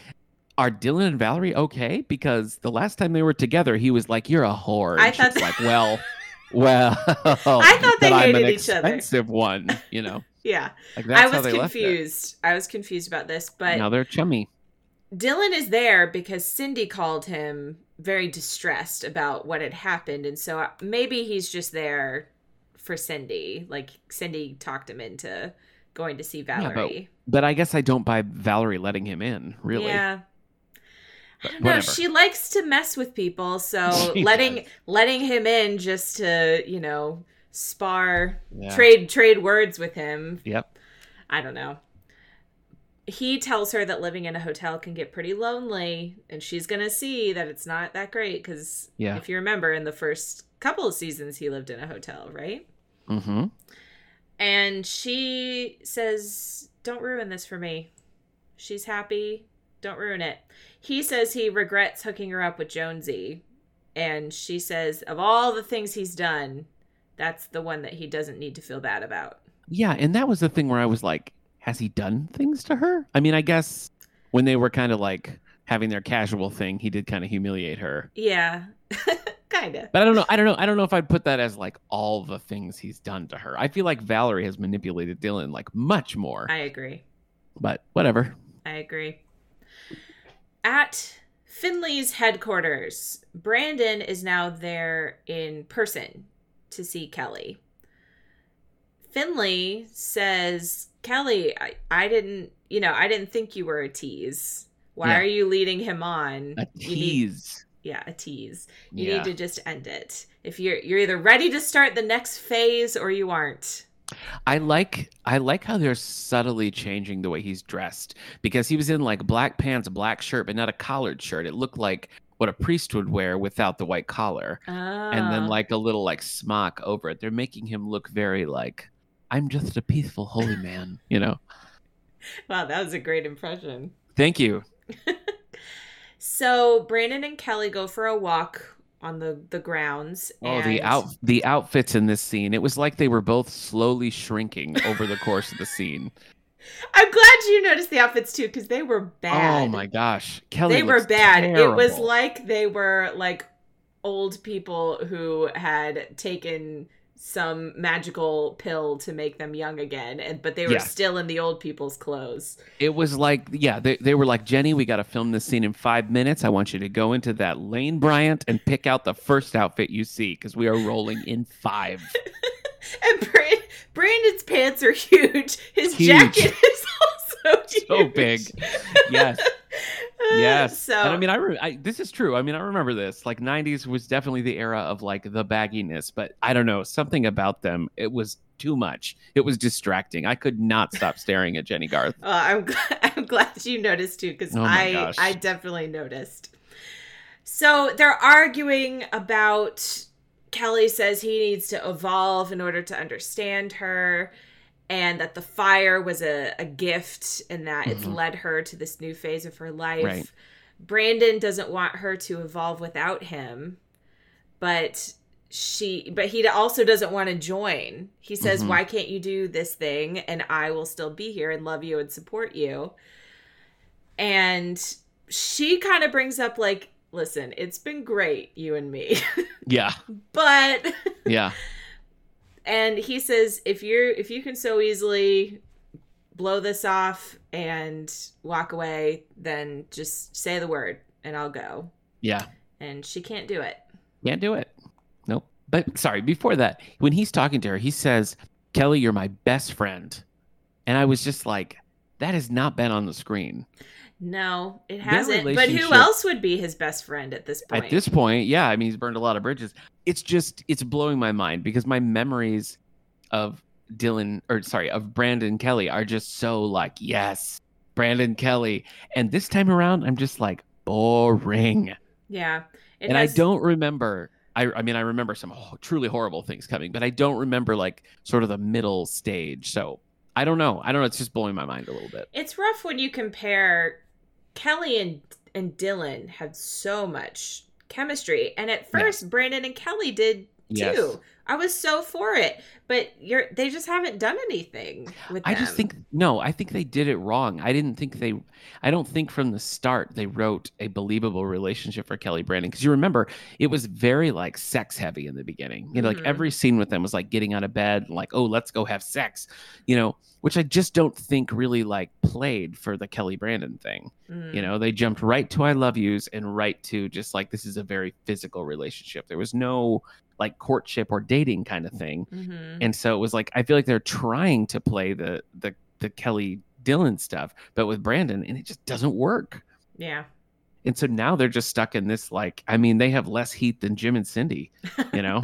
[SPEAKER 1] Are Dylan and Valerie okay? Because the last time they were together, he was like, "You're a whore." and
[SPEAKER 2] I thought
[SPEAKER 1] she's
[SPEAKER 2] th-
[SPEAKER 1] like, "Well, well." I
[SPEAKER 2] thought they hated each other.
[SPEAKER 1] Expensive one, you know.
[SPEAKER 2] Yeah,
[SPEAKER 1] Like that's
[SPEAKER 2] I
[SPEAKER 1] how
[SPEAKER 2] was
[SPEAKER 1] they left it.
[SPEAKER 2] confused. I was confused about this, but
[SPEAKER 1] now they're chummy.
[SPEAKER 2] Dylan is there because Cindy called him very distressed about what had happened. And so uh, maybe he's just there for Cindy. Like, Cindy talked him into going to see
[SPEAKER 1] but
[SPEAKER 2] Valerie.
[SPEAKER 1] But I guess I don't buy Valerie letting him in, really.
[SPEAKER 2] Yeah.
[SPEAKER 1] But
[SPEAKER 2] No,
[SPEAKER 1] whatever.
[SPEAKER 2] she likes to mess with people. So
[SPEAKER 1] She
[SPEAKER 2] letting
[SPEAKER 1] does.
[SPEAKER 2] letting him in just to, you know, spar
[SPEAKER 1] Yeah.
[SPEAKER 2] trade trade words with him.
[SPEAKER 1] Yep.
[SPEAKER 2] I don't know. He tells her that living in a hotel can get pretty lonely, and she's gonna see that it's not that great because
[SPEAKER 1] Yeah.
[SPEAKER 2] if you remember, in the first couple of seasons, he lived in a hotel, right?
[SPEAKER 1] Mm-hmm.
[SPEAKER 2] And she says, "Don't ruin this for me." She's happy. Don't ruin it. He says he regrets hooking her up with Jonesy, and she says, "Of all the things he's done, that's the one that he doesn't need to feel bad about."
[SPEAKER 1] Yeah, and that was the thing where I was like, has he done things to her? I mean, I guess when they were kind of like having their casual thing, he did kind of humiliate her.
[SPEAKER 2] Yeah, kind of.
[SPEAKER 1] But I don't know. I don't know. I don't know if I'd put that as like all the things he's done to her. I feel like Valerie has manipulated Dylan like much more.
[SPEAKER 2] I agree.
[SPEAKER 1] but whatever.
[SPEAKER 2] I agree. At Finley's headquarters, Brandon is now there in person to see Kelly. Finley says, Kelly, I, I didn't, you know, I didn't think you were a tease. Why
[SPEAKER 1] Yeah.
[SPEAKER 2] are you leading him on?
[SPEAKER 1] A
[SPEAKER 2] You need-
[SPEAKER 1] tease.
[SPEAKER 2] yeah, a tease. You
[SPEAKER 1] Yeah.
[SPEAKER 2] need to just end it. If you're you're either ready to start the next phase or you aren't.
[SPEAKER 1] I like I like how they're subtly changing the way he's dressed because he was in like black pants, black shirt, but not a collared shirt. It looked like what a priest would wear without the white collar, and then
[SPEAKER 2] Ah.
[SPEAKER 1] like a little like smock over it. They're making him look very like I'm just a peaceful holy man, you know.
[SPEAKER 2] wow, that was a great impression.
[SPEAKER 1] Thank you.
[SPEAKER 2] So Brandon and Kelly go for a walk on the the grounds.
[SPEAKER 1] Oh, the
[SPEAKER 2] and-
[SPEAKER 1] out the outfits in this scene. It was like they were both slowly shrinking over the course of the scene.
[SPEAKER 2] I'm glad you noticed the outfits too, because they were bad.
[SPEAKER 1] Oh my gosh, Kelly,
[SPEAKER 2] they were
[SPEAKER 1] looks
[SPEAKER 2] bad. It was
[SPEAKER 1] terrible.
[SPEAKER 2] like they were like old people who had taken some magical pill to make them young again, and but they were
[SPEAKER 1] Yeah.
[SPEAKER 2] still in the old people's clothes.
[SPEAKER 1] It was like, yeah, they, they were like, Jenny, we got to film this scene in five minutes. I want you to go into that Lane Bryant and pick out the first outfit you see because we are rolling in five.
[SPEAKER 2] And Brand- Brandon's pants are huge. His
[SPEAKER 1] Huge.
[SPEAKER 2] jacket is also huge.
[SPEAKER 1] So Oh, big. Yes, yes.
[SPEAKER 2] so
[SPEAKER 1] and I mean, I, re- I this is true. I mean, I remember this. Like, 90s was definitely the era of like the bagginess, but I don't know, something about them, it was too much. It was distracting. I could not stop staring at Jenny Garth.
[SPEAKER 2] Oh, I'm glad, I'm glad you noticed too, because
[SPEAKER 1] Oh my
[SPEAKER 2] I
[SPEAKER 1] gosh.
[SPEAKER 2] I definitely noticed. So they're arguing about. Kelly says he needs to evolve in order to understand her, and that the fire was a, a gift, and that it's
[SPEAKER 1] Mhm.
[SPEAKER 2] led her to this new phase of her life.
[SPEAKER 1] Right.
[SPEAKER 2] Brandon doesn't want her to evolve without him, but she but he also doesn't want to join he says
[SPEAKER 1] Mhm.
[SPEAKER 2] why can't you do this thing and i will still be here and love you and support you and she kind of brings up like listen it's been great you and me
[SPEAKER 1] Yeah,
[SPEAKER 2] but
[SPEAKER 1] yeah.
[SPEAKER 2] and he says if you're if you can so easily blow this off and walk away then just say the word and i'll go
[SPEAKER 1] Yeah.
[SPEAKER 2] and she can't do it
[SPEAKER 1] Can't do it. Nope. But sorry, before that, when he's talking to her, he says, Kelly, you're my best friend. And I was just like, that has not been on the screen.
[SPEAKER 2] No, it hasn't. But who
[SPEAKER 1] relationship-
[SPEAKER 2] else would be his best friend at this point?
[SPEAKER 1] At this point, yeah, I mean, he's burned a lot of bridges. It's just, it's blowing my mind because my memories of Dylan, or sorry, of Brandon Kelly are just so like, yes, Brandon Kelly. And this time around, I'm just like, boring.
[SPEAKER 2] yeah, it
[SPEAKER 1] and
[SPEAKER 2] has-
[SPEAKER 1] I don't remember. I, I mean, I remember some ho- truly horrible things coming, but I don't remember like sort of the middle stage. So I don't know. I don't know. It's just blowing my mind a little bit.
[SPEAKER 2] It's rough when you compare Kelly and and Dylan had so much chemistry, and at
[SPEAKER 1] Yeah.
[SPEAKER 2] first Brandon and Kelly did
[SPEAKER 1] Yes.
[SPEAKER 2] too. I was so for it, but you're they just haven't done anything with.
[SPEAKER 1] I just
[SPEAKER 2] them.
[SPEAKER 1] think no. I think they did it wrong. I didn't think they. I don't think from the start they wrote a believable relationship for Kelly Brandon because you remember it was very like sex heavy in the beginning. You know,
[SPEAKER 2] Mhm.
[SPEAKER 1] like every scene with them was like getting out of bed, and like oh let's go have sex, you know, which I just don't think really like played for the Kelly Brandon thing.
[SPEAKER 2] Mm.
[SPEAKER 1] You know, they jumped right to I love yous and right to just like this is a very physical relationship. There was no like courtship or dating kind of thing.
[SPEAKER 2] Mhm.
[SPEAKER 1] And so it was like I feel like they're trying to play the the the Kelly Dylan stuff, but with Brandon and it just doesn't work.
[SPEAKER 2] yeah,
[SPEAKER 1] And so now they're just stuck in this like I mean, they have less heat than Jim and Cindy, you know.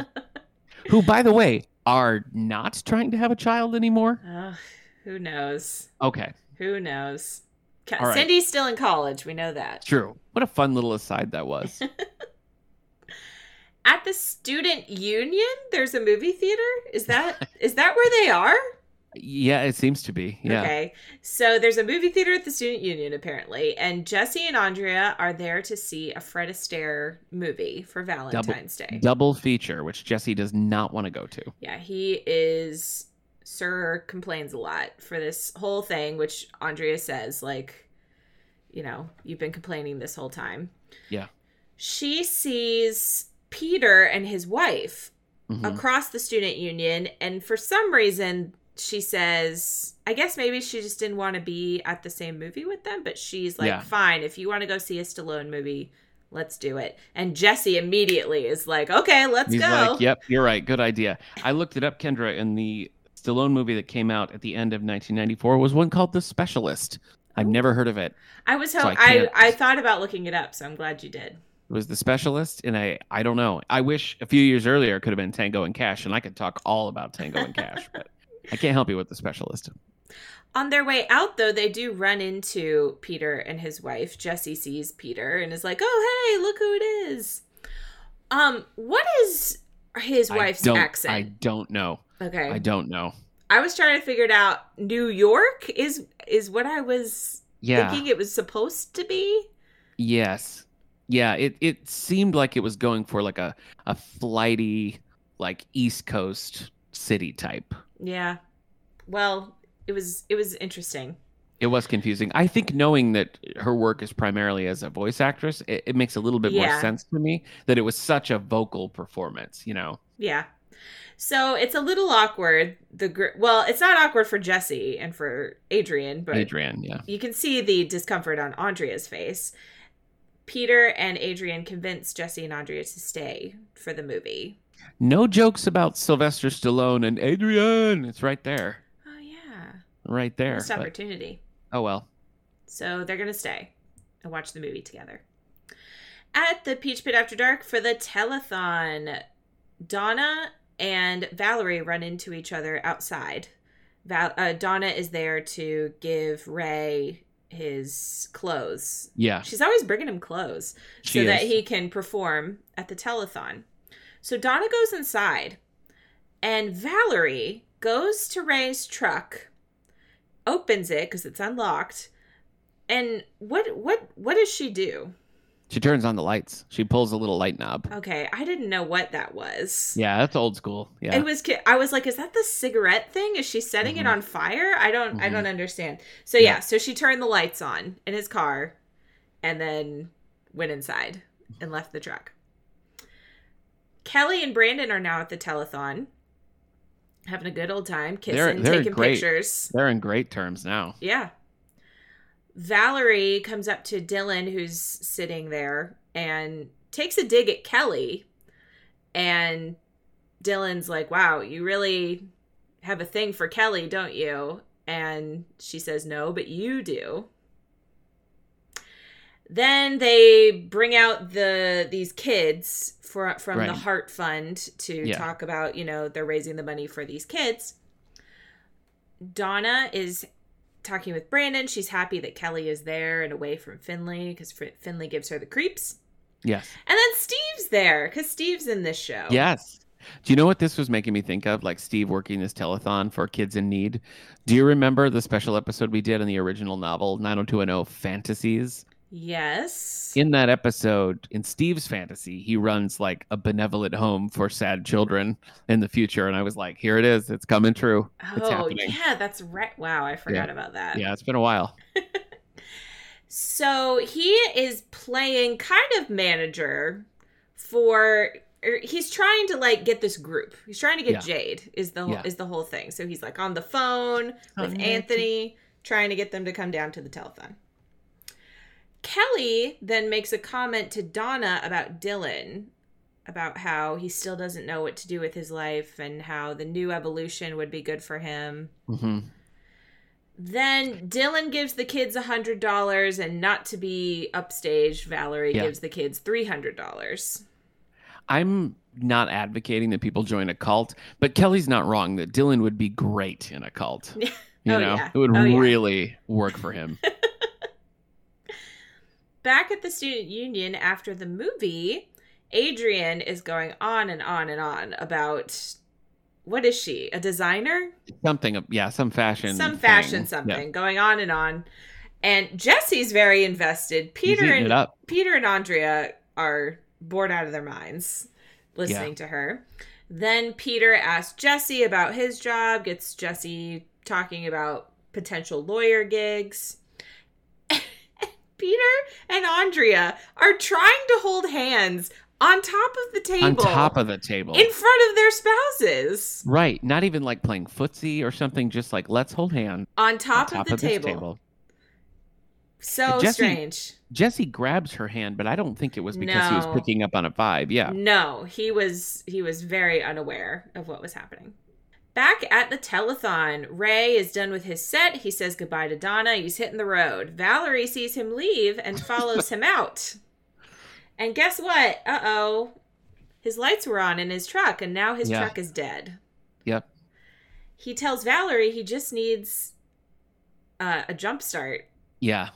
[SPEAKER 1] Who by the way are not trying to have a child anymore.
[SPEAKER 2] Ugh, who knows?
[SPEAKER 1] Okay,
[SPEAKER 2] Who knows? Ke-
[SPEAKER 1] All right.
[SPEAKER 2] Cindy's still in college. We know that.
[SPEAKER 1] true. What a fun little aside that was.
[SPEAKER 2] at the student union there's a movie theater is that is that where they are
[SPEAKER 1] yeah, it seems to be. Yeah.
[SPEAKER 2] okay so there's a movie theater at the student union apparently and jesse and andrea are there to see a fred astaire movie for valentine's day
[SPEAKER 1] double feature, which Jesse does not want to go to.
[SPEAKER 2] yeah he is sir complains a lot for this whole thing which andrea says like you know you've been complaining this whole time
[SPEAKER 1] Yeah.
[SPEAKER 2] she sees peter and his wife
[SPEAKER 1] Mhm.
[SPEAKER 2] across the student union and for some reason she says i guess maybe she just didn't want to be at the same movie with them but she's like
[SPEAKER 1] Yeah.
[SPEAKER 2] fine if you want to go see a stallone movie let's do it and jesse immediately is like okay let's
[SPEAKER 1] He's
[SPEAKER 2] go
[SPEAKER 1] like, "Yep, you're right. Good idea." I looked it up, Kendra, and the Stallone movie that came out at the end of 1994 was one called The Specialist. I've never heard of it.
[SPEAKER 2] I was
[SPEAKER 1] So
[SPEAKER 2] hoping
[SPEAKER 1] I
[SPEAKER 2] I,
[SPEAKER 1] can't-
[SPEAKER 2] I thought about looking it up, so I'm glad you did.
[SPEAKER 1] It was The Specialist, and I I don't know. I wish a few years earlier it could have been Tango and Cash, and I could talk all about Tango and Cash, but I can't help you with The Specialist.
[SPEAKER 2] On their way out, though, they do run into Peter and his wife. Jesse sees Peter and is like, "Oh, hey, look who it is." Um, what is his
[SPEAKER 1] I
[SPEAKER 2] wife's
[SPEAKER 1] don't, I
[SPEAKER 2] accent?
[SPEAKER 1] don't know.
[SPEAKER 2] okay,
[SPEAKER 1] I don't know.
[SPEAKER 2] I was trying to figure it out. New York is is what I was
[SPEAKER 1] Yeah.
[SPEAKER 2] thinking it was supposed to be.
[SPEAKER 1] Yes. Yeah, it, it seemed like it was going for like a, a flighty, like East Coast city type.
[SPEAKER 2] Yeah. Well, it was it was interesting.
[SPEAKER 1] It was confusing. I think knowing that her work is primarily as a voice actress, it, it makes a little bit
[SPEAKER 2] Yeah.
[SPEAKER 1] more sense to me that it was such a vocal performance, you know?
[SPEAKER 2] Yeah. So it's a little awkward. The gr- well, it's not awkward for Jesse and for Adrian, but
[SPEAKER 1] Adrian, yeah.
[SPEAKER 2] you can see the discomfort on Andrea's face. Peter and Adrian convince Jesse and Andrea to stay for the movie.
[SPEAKER 1] No jokes about Sylvester Stallone and Adrian. It's right there.
[SPEAKER 2] Oh yeah,
[SPEAKER 1] Right there.
[SPEAKER 2] missed
[SPEAKER 1] but-
[SPEAKER 2] opportunity.
[SPEAKER 1] oh, well.
[SPEAKER 2] So they're going to stay and watch the movie together. At the Peach Pit After Dark for the telethon, Donna and Valerie run into each other outside. Val- uh, Donna is there to give Ray his clothes.
[SPEAKER 1] Yeah.
[SPEAKER 2] She's always bringing him clothes so
[SPEAKER 1] She
[SPEAKER 2] that
[SPEAKER 1] is.
[SPEAKER 2] he can perform at the telethon. So Donna goes inside, and Valerie goes to Ray's truck, opens it because it's unlocked, and what what what does she do?
[SPEAKER 1] She turns on the lights. She pulls a little light knob.
[SPEAKER 2] Okay, I didn't know what that was.
[SPEAKER 1] Yeah, that's old school. Yeah.
[SPEAKER 2] It was. ki- I was like, is that the cigarette thing? Is she setting it
[SPEAKER 1] Mhm.
[SPEAKER 2] on fire? I don't. I
[SPEAKER 1] Mhm.
[SPEAKER 2] don't understand. So
[SPEAKER 1] Yeah.
[SPEAKER 2] yeah. So she turned the lights on in his car, and then went inside and left the truck. Kelly and Brandon are now at the telethon, having a good old time, kissing,
[SPEAKER 1] They're- they're
[SPEAKER 2] taking
[SPEAKER 1] great.
[SPEAKER 2] pictures.
[SPEAKER 1] They're in great terms now.
[SPEAKER 2] Yeah. Valerie comes up to Dylan, who's sitting there, and takes a dig at Kelly. And Dylan's like, Wow, you really have a thing for Kelly, don't you? And she says, No, but you do. Then they bring out the these kids for, from the
[SPEAKER 1] Right.
[SPEAKER 2] Heart Fund to
[SPEAKER 1] Yeah.
[SPEAKER 2] talk about, you know, they're raising the money for these kids. Donna is talking with Brandon. She's happy that Kelly is there and away from Finley because Finley gives her the creeps.
[SPEAKER 1] Yes.
[SPEAKER 2] And then Steve's there because Steve's in this show.
[SPEAKER 1] Yes. Do you know what this was making me think of? Like Steve working this telethon for kids in need. Do you remember the special episode we did in the original novel, 90210 Fantasies?
[SPEAKER 2] Yes.
[SPEAKER 1] In that episode, in Steve's fantasy, he runs like a benevolent home for sad children in the future. And I was like, here it is. It's coming true. It's
[SPEAKER 2] oh,
[SPEAKER 1] happening.
[SPEAKER 2] yeah, that's right. Wow, I forgot about that.
[SPEAKER 1] Yeah, it's been a while.
[SPEAKER 2] So he is playing kind of manager for er, he's trying to like get this group. He's trying to get
[SPEAKER 1] Yeah.
[SPEAKER 2] Jade is the whole,
[SPEAKER 1] Yeah. Oh,
[SPEAKER 2] is the whole thing. So he's like on the phone with
[SPEAKER 1] Anthony.
[SPEAKER 2] Anthony trying to get them to come down to the telethon. Kelly then makes a comment to Donna about Dylan about how he still doesn't know what to do with his life and how the new evolution would be good for him.
[SPEAKER 1] hmm
[SPEAKER 2] Then Dylan gives the kids hundred dollars, and not to be upstaged, Valerie
[SPEAKER 1] Yeah.
[SPEAKER 2] gives the kids three hundred dollars.
[SPEAKER 1] I'm not advocating that people join a cult, but Kelly's not wrong that Dylan would be great in a cult.
[SPEAKER 2] Oh,
[SPEAKER 1] You know,
[SPEAKER 2] yeah.
[SPEAKER 1] it would
[SPEAKER 2] Oh, yeah.
[SPEAKER 1] really work for him.
[SPEAKER 2] Back at the student union after the movie, Adrian is going on and on and on about what is she? A designer?
[SPEAKER 1] something yeah some fashion
[SPEAKER 2] Some
[SPEAKER 1] thing.
[SPEAKER 2] fashion
[SPEAKER 1] Yeah.
[SPEAKER 2] something. Going on and on. And Jesse's very invested.
[SPEAKER 1] He's
[SPEAKER 2] Peter
[SPEAKER 1] eating
[SPEAKER 2] and
[SPEAKER 1] it up
[SPEAKER 2] Peter and Andrea are bored out of their minds listening to her. Then Peter asks Jesse about his job, gets Jesse talking about potential lawyer gigs. Peter and Andrea are trying to hold hands on top of the table,
[SPEAKER 1] on top of the table
[SPEAKER 2] in front of their spouses,
[SPEAKER 1] right not even like playing footsie or something just like let's hold hands
[SPEAKER 2] on top,
[SPEAKER 1] on top
[SPEAKER 2] of the
[SPEAKER 1] this
[SPEAKER 2] table. So
[SPEAKER 1] Jesse-
[SPEAKER 2] strange.
[SPEAKER 1] jesse grabs her hand but i don't think it was because he was
[SPEAKER 2] No.
[SPEAKER 1] picking up on a vibe yeah
[SPEAKER 2] No, he was he was very unaware of what was happening. Back at the telethon, Ray is done with his set. He says goodbye to Donna. He's hitting the road. Valerie sees him leave and follows him out. And guess what? Uh oh. His lights were on in his truck, and now his
[SPEAKER 1] Yeah.
[SPEAKER 2] truck is dead.
[SPEAKER 1] Yep.
[SPEAKER 2] He tells Valerie he just needs uh, a jump start.
[SPEAKER 1] Yeah.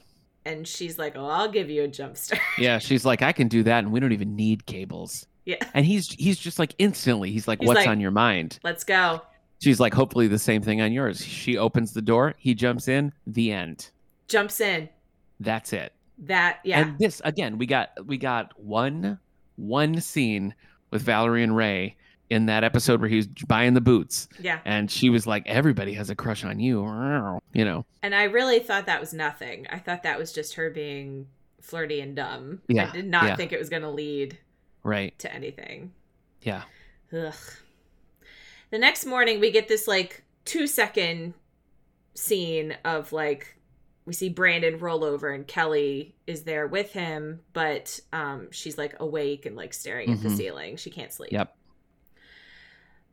[SPEAKER 2] And she's like, Oh, I'll give you a jump start.
[SPEAKER 1] Yeah. She's like, I can do that, and we don't even need cables.
[SPEAKER 2] Yeah.
[SPEAKER 1] And he's he's just like instantly. He's like,
[SPEAKER 2] He's
[SPEAKER 1] what's
[SPEAKER 2] like-
[SPEAKER 1] on your mind?
[SPEAKER 2] Let's go.
[SPEAKER 1] She's like, hopefully the same thing on yours. She opens the door. He jumps in. The end.
[SPEAKER 2] Jumps in.
[SPEAKER 1] That's it.
[SPEAKER 2] That, yeah.
[SPEAKER 1] And this again, we got we got one one scene with Valerie and Ray in that episode where he was buying the boots,
[SPEAKER 2] yeah.
[SPEAKER 1] and she was like, "Everybody has a crush on you," you know.
[SPEAKER 2] And I really thought that was nothing. I thought that was just her being flirty and dumb. I
[SPEAKER 1] Yeah,
[SPEAKER 2] did not
[SPEAKER 1] yeah.
[SPEAKER 2] think it was going to lead
[SPEAKER 1] Right?
[SPEAKER 2] to anything.
[SPEAKER 1] Yeah.
[SPEAKER 2] Ugh. The next morning, we get this like two second scene of like we see Brandon roll over and Kelly is there with him, but um, she's like awake and like staring at the
[SPEAKER 1] Mhm.
[SPEAKER 2] ceiling. She can't sleep.
[SPEAKER 1] Yep.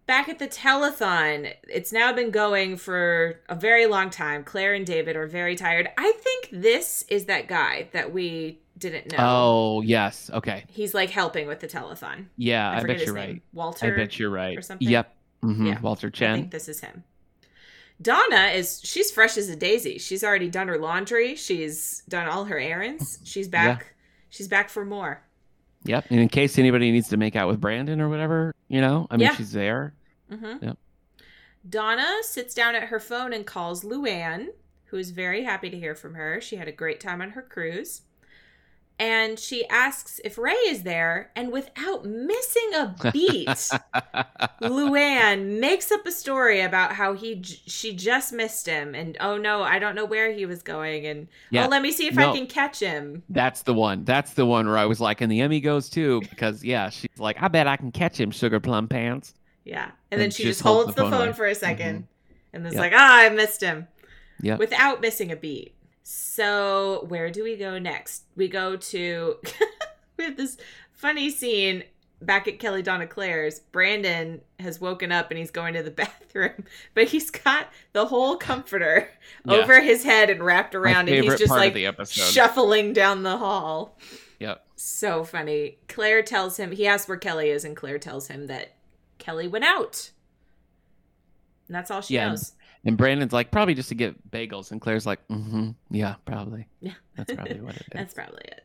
[SPEAKER 2] Back at the telethon, it's now been going for a very long time. Claire and David are very tired. I think this is that guy that we didn't know.
[SPEAKER 1] Oh yes. Okay.
[SPEAKER 2] He's like helping with the telethon.
[SPEAKER 1] Yeah.
[SPEAKER 2] I,
[SPEAKER 1] I,
[SPEAKER 2] forget
[SPEAKER 1] bet
[SPEAKER 2] his
[SPEAKER 1] you're
[SPEAKER 2] name.
[SPEAKER 1] right.
[SPEAKER 2] Walter.
[SPEAKER 1] I bet you're right.
[SPEAKER 2] or something?
[SPEAKER 1] Yep. Mhm.
[SPEAKER 2] Yeah.
[SPEAKER 1] Walter
[SPEAKER 2] I
[SPEAKER 1] Chen.
[SPEAKER 2] think this is him. Donna is she's fresh as a daisy. She's already done her laundry. She's done all her errands. She's back. She's back for more.
[SPEAKER 1] Yep. And in case anybody needs to make out with Brandon or whatever, you know, I mean,
[SPEAKER 2] Yeah.
[SPEAKER 1] she's there.
[SPEAKER 2] hmm
[SPEAKER 1] Yep.
[SPEAKER 2] Donna sits down at her phone and calls Luann, who is very happy to hear from her. She had a great time on her cruise. And she asks if Ray is there, and without missing a beat, Luann makes up a story about how he j- she just missed him and oh no, I don't know where he was going and
[SPEAKER 1] Yeah.
[SPEAKER 2] oh let me see if I
[SPEAKER 1] No.
[SPEAKER 2] can catch him.
[SPEAKER 1] That's the one. That's the one where I was like, and the Emmy goes too, because yeah, she's like, I bet I can catch him, sugar plum pants.
[SPEAKER 2] Yeah. And then
[SPEAKER 1] And
[SPEAKER 2] she just holds the phone,
[SPEAKER 1] away.
[SPEAKER 2] for a 2nd and is
[SPEAKER 1] Mm-hmm. Yep.
[SPEAKER 2] like, "Ah, I missed him."
[SPEAKER 1] Yep.
[SPEAKER 2] Without missing a beat. So, where do we go next? We go to we have this funny scene back at Kelly Donna Claire's. Brandon has woken up and he's going to the bathroom, but he's got the whole comforter
[SPEAKER 1] Yeah.
[SPEAKER 2] over his head and wrapped
[SPEAKER 1] My
[SPEAKER 2] around, and
[SPEAKER 1] favorite
[SPEAKER 2] he's just
[SPEAKER 1] part
[SPEAKER 2] like
[SPEAKER 1] of the episode.
[SPEAKER 2] shuffling down the hall.
[SPEAKER 1] Yep.
[SPEAKER 2] So funny. Claire tells him, he asks where Kelly is, and Claire tells him that Kelly went out. And that's all she
[SPEAKER 1] Yeah, and-
[SPEAKER 2] knows.
[SPEAKER 1] And Brandon's like, probably just to get bagels. And Claire's like, mm-hmm. Yeah, probably.
[SPEAKER 2] Yeah.
[SPEAKER 1] That's probably what it is.
[SPEAKER 2] That's probably it.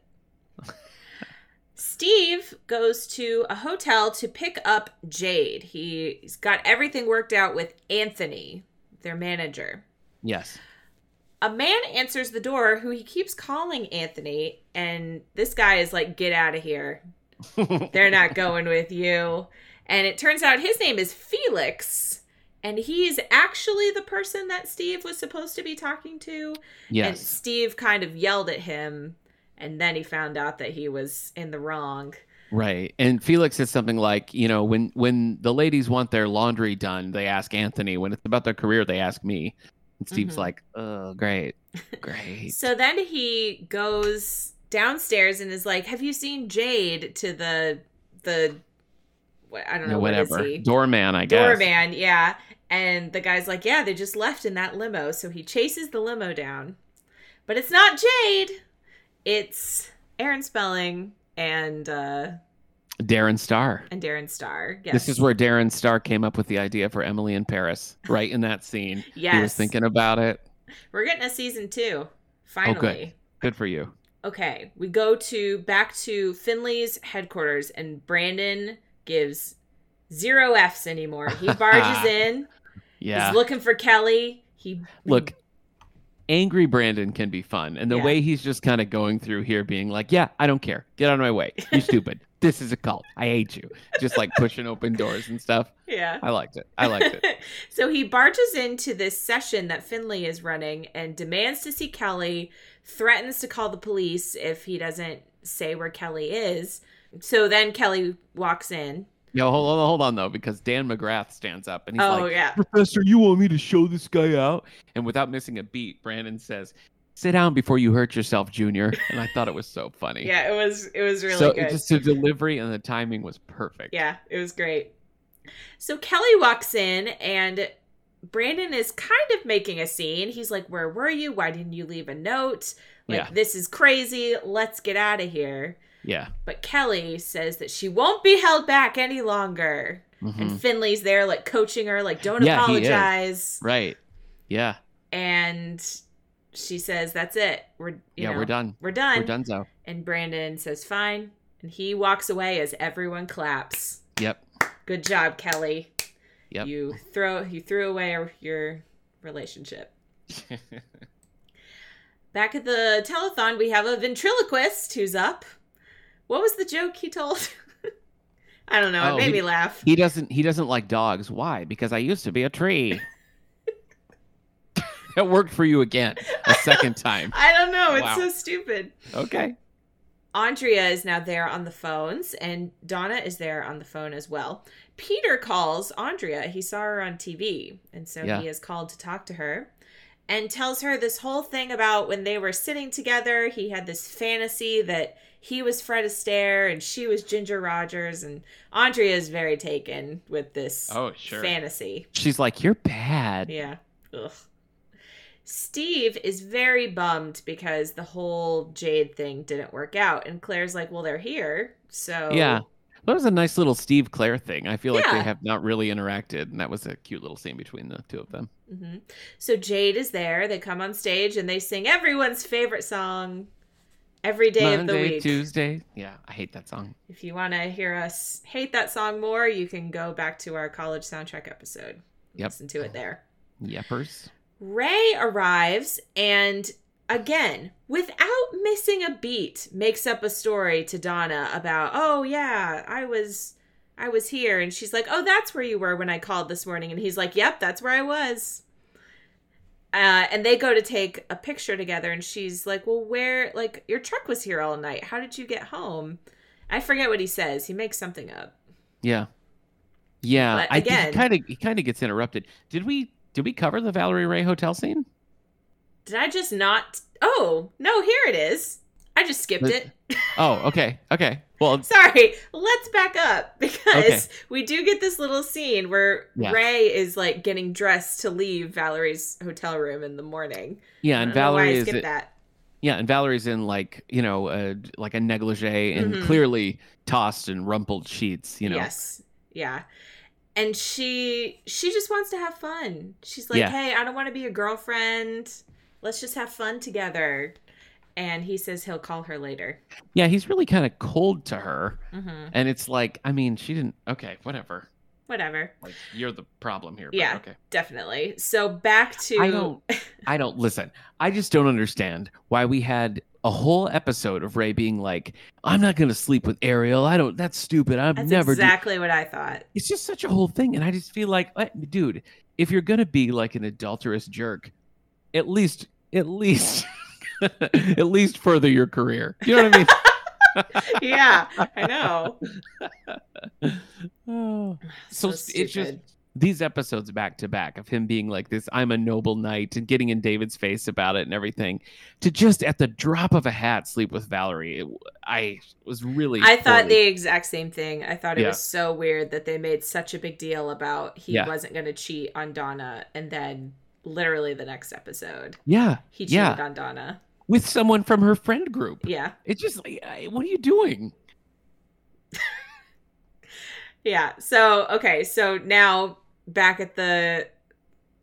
[SPEAKER 2] Steve goes to a hotel to pick up Jade. He's got everything worked out with Anthony, their manager.
[SPEAKER 1] yes.
[SPEAKER 2] A man answers the door who he keeps calling Anthony, and this guy is like, Get out of here. They're not going with you. And it turns out his name is Felix, and he's actually the person that Steve was supposed to be talking to. And
[SPEAKER 1] yes.
[SPEAKER 2] Steve kind of yelled at him, and then he found out that he was in the wrong.
[SPEAKER 1] Right. And Felix said something like, you know, when when the ladies want their laundry done, they ask Anthony. When it's about their career, they ask me. And Steve's
[SPEAKER 2] Mhm.
[SPEAKER 1] like, oh, great. Great.
[SPEAKER 2] So then he goes downstairs and is like, "Have you seen Jade?" To the the what I don't know
[SPEAKER 1] Yeah,
[SPEAKER 2] what
[SPEAKER 1] whatever.
[SPEAKER 2] is he
[SPEAKER 1] Doorman, I guess.
[SPEAKER 2] doorman, yeah. And the guy's like, "Yeah, they just left in that limo." So he chases the limo down, but it's not Jade. It's Aaron Spelling and uh,
[SPEAKER 1] Darren Starr.
[SPEAKER 2] and Darren Star. Yes,
[SPEAKER 1] This is where Darren Starr came up with the idea for Emily in Paris, right in that scene.
[SPEAKER 2] yes
[SPEAKER 1] He was thinking Oh, about it.
[SPEAKER 2] we're getting a season two finally.
[SPEAKER 1] Good for you.
[SPEAKER 2] Okay, we go to back to Finley's headquarters, and Brandon gives zero F's anymore. He barges in.
[SPEAKER 1] Yeah.
[SPEAKER 2] He's looking for Kelly. He
[SPEAKER 1] Look, angry Brandon can be fun. And the
[SPEAKER 2] Yeah.
[SPEAKER 1] way he's just kind of going through here, being like, yeah, I don't care. Get out of my way. You stupid. this is a cult. I hate you. Just like pushing open doors and stuff.
[SPEAKER 2] yeah.
[SPEAKER 1] I liked it. I liked it.
[SPEAKER 2] so he barges into this session that Finley is running and demands to see Kelly, threatens to call the police if he doesn't say where Kelly is. So then Kelly walks in.
[SPEAKER 1] Yo, hold on, hold on though, because Dan McGrath stands up and he's
[SPEAKER 2] oh
[SPEAKER 1] like,
[SPEAKER 2] yeah.
[SPEAKER 1] Professor, you want me to show this guy out? And without missing a beat, Brandon says, Sit down before you hurt yourself, Junior. And I thought it was so funny.
[SPEAKER 2] Yeah, it was it was really
[SPEAKER 1] so
[SPEAKER 2] good.
[SPEAKER 1] it just the delivery and the timing was perfect.
[SPEAKER 2] Yeah, it was great. So Kelly walks in and Brandon is kind of making a scene. He's like, Where were you? Why didn't you leave a note? Like,
[SPEAKER 1] Yeah.
[SPEAKER 2] this is crazy. Let's get out of here.
[SPEAKER 1] Yeah.
[SPEAKER 2] But Kelly says that she won't be held back any longer.
[SPEAKER 1] Mhm.
[SPEAKER 2] And Finley's there, like, coaching her, like, Don't
[SPEAKER 1] Yeah, he is.
[SPEAKER 2] apologize.
[SPEAKER 1] Right. Yeah.
[SPEAKER 2] And she says, That's it. We're, you
[SPEAKER 1] yeah.
[SPEAKER 2] know,
[SPEAKER 1] We're done.
[SPEAKER 2] We're done.
[SPEAKER 1] We're done. So.
[SPEAKER 2] And Brandon says, Fine. And he walks away as everyone claps.
[SPEAKER 1] Yep.
[SPEAKER 2] Good job, Kelly.
[SPEAKER 1] Yep.
[SPEAKER 2] You throw you threw away your relationship. Back at the telethon, we have a ventriloquist who's up. What was the joke he told? I don't know.
[SPEAKER 1] Oh,
[SPEAKER 2] it made
[SPEAKER 1] he-
[SPEAKER 2] me laugh.
[SPEAKER 1] he doesn't. He doesn't like dogs. Why? Because I used to be a tree. that worked for you again a second time.
[SPEAKER 2] I don't know. It's
[SPEAKER 1] Wow.
[SPEAKER 2] so stupid.
[SPEAKER 1] Okay.
[SPEAKER 2] Andrea is now there on the phones, and Donna is there on the phone as well. Peter calls Andrea. He saw her on TV, and so
[SPEAKER 1] Yeah.
[SPEAKER 2] he has called to talk to her and tells her this whole thing about when they were sitting together. He had this fantasy that he was Fred Astaire and she was Ginger Rogers, and Andrea is very taken with this
[SPEAKER 1] Oh sure.
[SPEAKER 2] fantasy.
[SPEAKER 1] She's like, you're bad.
[SPEAKER 2] Yeah. Ugh. Steve is very bummed because the whole Jade thing didn't work out. And Claire's like, well, they're here. So.
[SPEAKER 1] Yeah. That was a nice little Steve Claire thing. I feel like
[SPEAKER 2] Yeah.
[SPEAKER 1] they have not really interacted, and that was a cute little scene between the two of them.
[SPEAKER 2] hmm So Jade is there. They come on stage and they sing everyone's favorite song every day of the
[SPEAKER 1] Monday,
[SPEAKER 2] week.
[SPEAKER 1] Tuesday. Yeah, I hate that song.
[SPEAKER 2] If you want to hear us hate that song more, you can go back to our college soundtrack episode.
[SPEAKER 1] Yep.
[SPEAKER 2] Listen to it there.
[SPEAKER 1] Yeppers.
[SPEAKER 2] Ray arrives and again, without missing a beat, makes up a story to Donna about, "Oh yeah, I was I was here." And she's like, "Oh, that's where you were when I called this morning." And he's like, "Yep, that's where I was." Uh, and they go to take a picture together and she's like, "Well, where like your truck was here all night. How did you get home?" I forget what he says. He makes something up.
[SPEAKER 1] Yeah. Yeah.
[SPEAKER 2] But
[SPEAKER 1] I think
[SPEAKER 2] again-
[SPEAKER 1] he kind of he kind of gets interrupted. Did we did we cover the Valerie Ray hotel scene?
[SPEAKER 2] Did I just not Oh, no, here it is. I just skipped
[SPEAKER 1] But-
[SPEAKER 2] it.
[SPEAKER 1] Oh, okay. Okay. Well,
[SPEAKER 2] Sorry, let's back up because
[SPEAKER 1] Okay.
[SPEAKER 2] we do get this little scene where
[SPEAKER 1] Yeah.
[SPEAKER 2] Ray is like getting dressed to leave Valerie's hotel room in the morning.
[SPEAKER 1] yeah,
[SPEAKER 2] I
[SPEAKER 1] and
[SPEAKER 2] don't know why I
[SPEAKER 1] Valerie is
[SPEAKER 2] skipped
[SPEAKER 1] it-
[SPEAKER 2] that.
[SPEAKER 1] yeah, and Valerie's in like, you know, uh, like a negligee and
[SPEAKER 2] Mhm.
[SPEAKER 1] clearly tossed and rumpled sheets, you know.
[SPEAKER 2] Yes. Yeah. And she she just wants to have fun. She's like,
[SPEAKER 1] Yeah.
[SPEAKER 2] "Hey, I don't want to be your girlfriend. Let's just have fun together." And he says he'll call her later.
[SPEAKER 1] Yeah, he's really kind of cold to her.
[SPEAKER 2] hmm
[SPEAKER 1] And it's like, I mean, she didn't. Okay, whatever.
[SPEAKER 2] Whatever.
[SPEAKER 1] Like, you're the problem here.
[SPEAKER 2] Yeah.
[SPEAKER 1] But okay.
[SPEAKER 2] Definitely. So back to
[SPEAKER 1] I don't. I don't listen. I just don't understand why we had a whole episode of Ray being like, "I'm not going to sleep with Ariel. I don't. That's stupid. I've
[SPEAKER 2] That's
[SPEAKER 1] never." do-"
[SPEAKER 2] exactly what I thought.
[SPEAKER 1] It's just such a whole thing, and I just feel like, uh, dude, if you're going to be like an adulterous jerk, at least, at least, at least further your career. You know what I mean?
[SPEAKER 2] yeah, I know.
[SPEAKER 1] Oh. So
[SPEAKER 2] so
[SPEAKER 1] it's just
[SPEAKER 2] stupid.
[SPEAKER 1] these episodes back to back of him being like this, I'm a noble knight, and getting in David's face about it and everything, to just at the drop of a hat sleep with Valerie. It, I was really.
[SPEAKER 2] I thought
[SPEAKER 1] poorly-
[SPEAKER 2] the exact same thing. I thought it
[SPEAKER 1] Yeah.
[SPEAKER 2] was so weird that they made such a big deal about he
[SPEAKER 1] Yeah.
[SPEAKER 2] wasn't going to cheat on Donna, and then literally the next episode
[SPEAKER 1] Yeah,
[SPEAKER 2] he cheated
[SPEAKER 1] Yeah.
[SPEAKER 2] on Donna.
[SPEAKER 1] with someone from her friend group.
[SPEAKER 2] Yeah,
[SPEAKER 1] It's just like, I- what are you doing?
[SPEAKER 2] yeah. So okay, so now back at the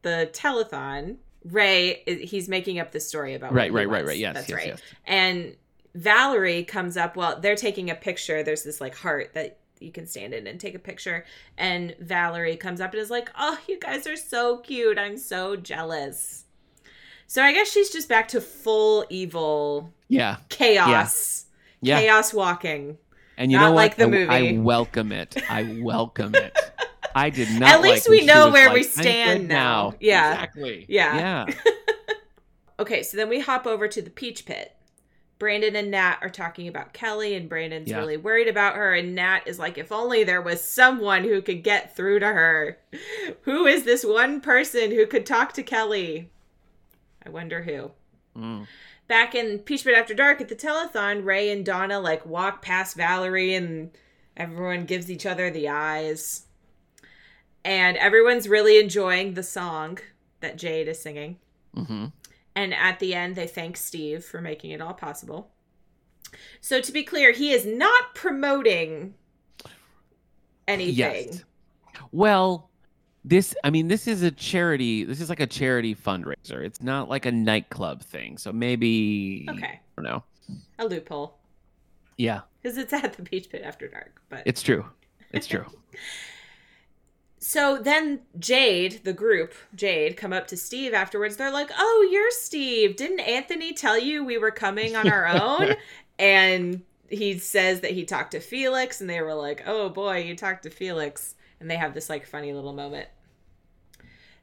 [SPEAKER 2] the telethon, Ray is- he's making up the story about
[SPEAKER 1] Right,
[SPEAKER 2] what he
[SPEAKER 1] right, right,
[SPEAKER 2] was.
[SPEAKER 1] right. Yes,
[SPEAKER 2] that's
[SPEAKER 1] yes,
[SPEAKER 2] right.
[SPEAKER 1] yes.
[SPEAKER 2] and Valerie comes up well they're taking a picture there's this like heart that you can stand in and take a picture and Valerie comes up and is like oh you guys are so cute I'm so jealous so I guess she's just back to full evil
[SPEAKER 1] Yeah,
[SPEAKER 2] chaos
[SPEAKER 1] yeah.
[SPEAKER 2] chaos walking
[SPEAKER 1] and you
[SPEAKER 2] not
[SPEAKER 1] know what?
[SPEAKER 2] like the
[SPEAKER 1] I, I
[SPEAKER 2] movie.
[SPEAKER 1] welcome it. I welcome it. I did not.
[SPEAKER 2] At least
[SPEAKER 1] like when
[SPEAKER 2] we
[SPEAKER 1] she
[SPEAKER 2] know
[SPEAKER 1] was
[SPEAKER 2] where
[SPEAKER 1] like,
[SPEAKER 2] we
[SPEAKER 1] "I'm good
[SPEAKER 2] stand now."
[SPEAKER 1] now.
[SPEAKER 2] Yeah.
[SPEAKER 1] exactly.
[SPEAKER 2] Yeah.
[SPEAKER 1] yeah.
[SPEAKER 2] okay so then we hop over to the peach pit Brandon and Nat are talking about Kelly, and Brandon's
[SPEAKER 1] Yeah.
[SPEAKER 2] really worried about her. And Nat is like, if only there was someone who could get through to her. Who is this one person who could talk to Kelly? I wonder who.
[SPEAKER 1] Mm.
[SPEAKER 2] Back in Peach Pit After Dark at the telethon, Ray and Donna like walk past Valerie, and everyone gives each other the eyes. and everyone's really enjoying the song that Jade is singing.
[SPEAKER 1] Mm-hmm.
[SPEAKER 2] And at the end, they thank Steve for making it all possible. So to be clear, he is not promoting anything.
[SPEAKER 1] Yes. Well, this I mean this is a charity. This is like a charity fundraiser. It's not like a nightclub thing. So maybe I
[SPEAKER 2] Okay,
[SPEAKER 1] don't know.
[SPEAKER 2] a loophole
[SPEAKER 1] Yeah,
[SPEAKER 2] because it's at the beach pit after dark. But
[SPEAKER 1] it's true. It's true.
[SPEAKER 2] so then Jade, the group Jade, come up to Steve afterwards. They're like, "Oh, you're Steve. Didn't Anthony tell you we were coming on our own?" and he says that he talked to Felix, and they were like, "Oh boy, you talked to Felix." And they have this like funny little moment.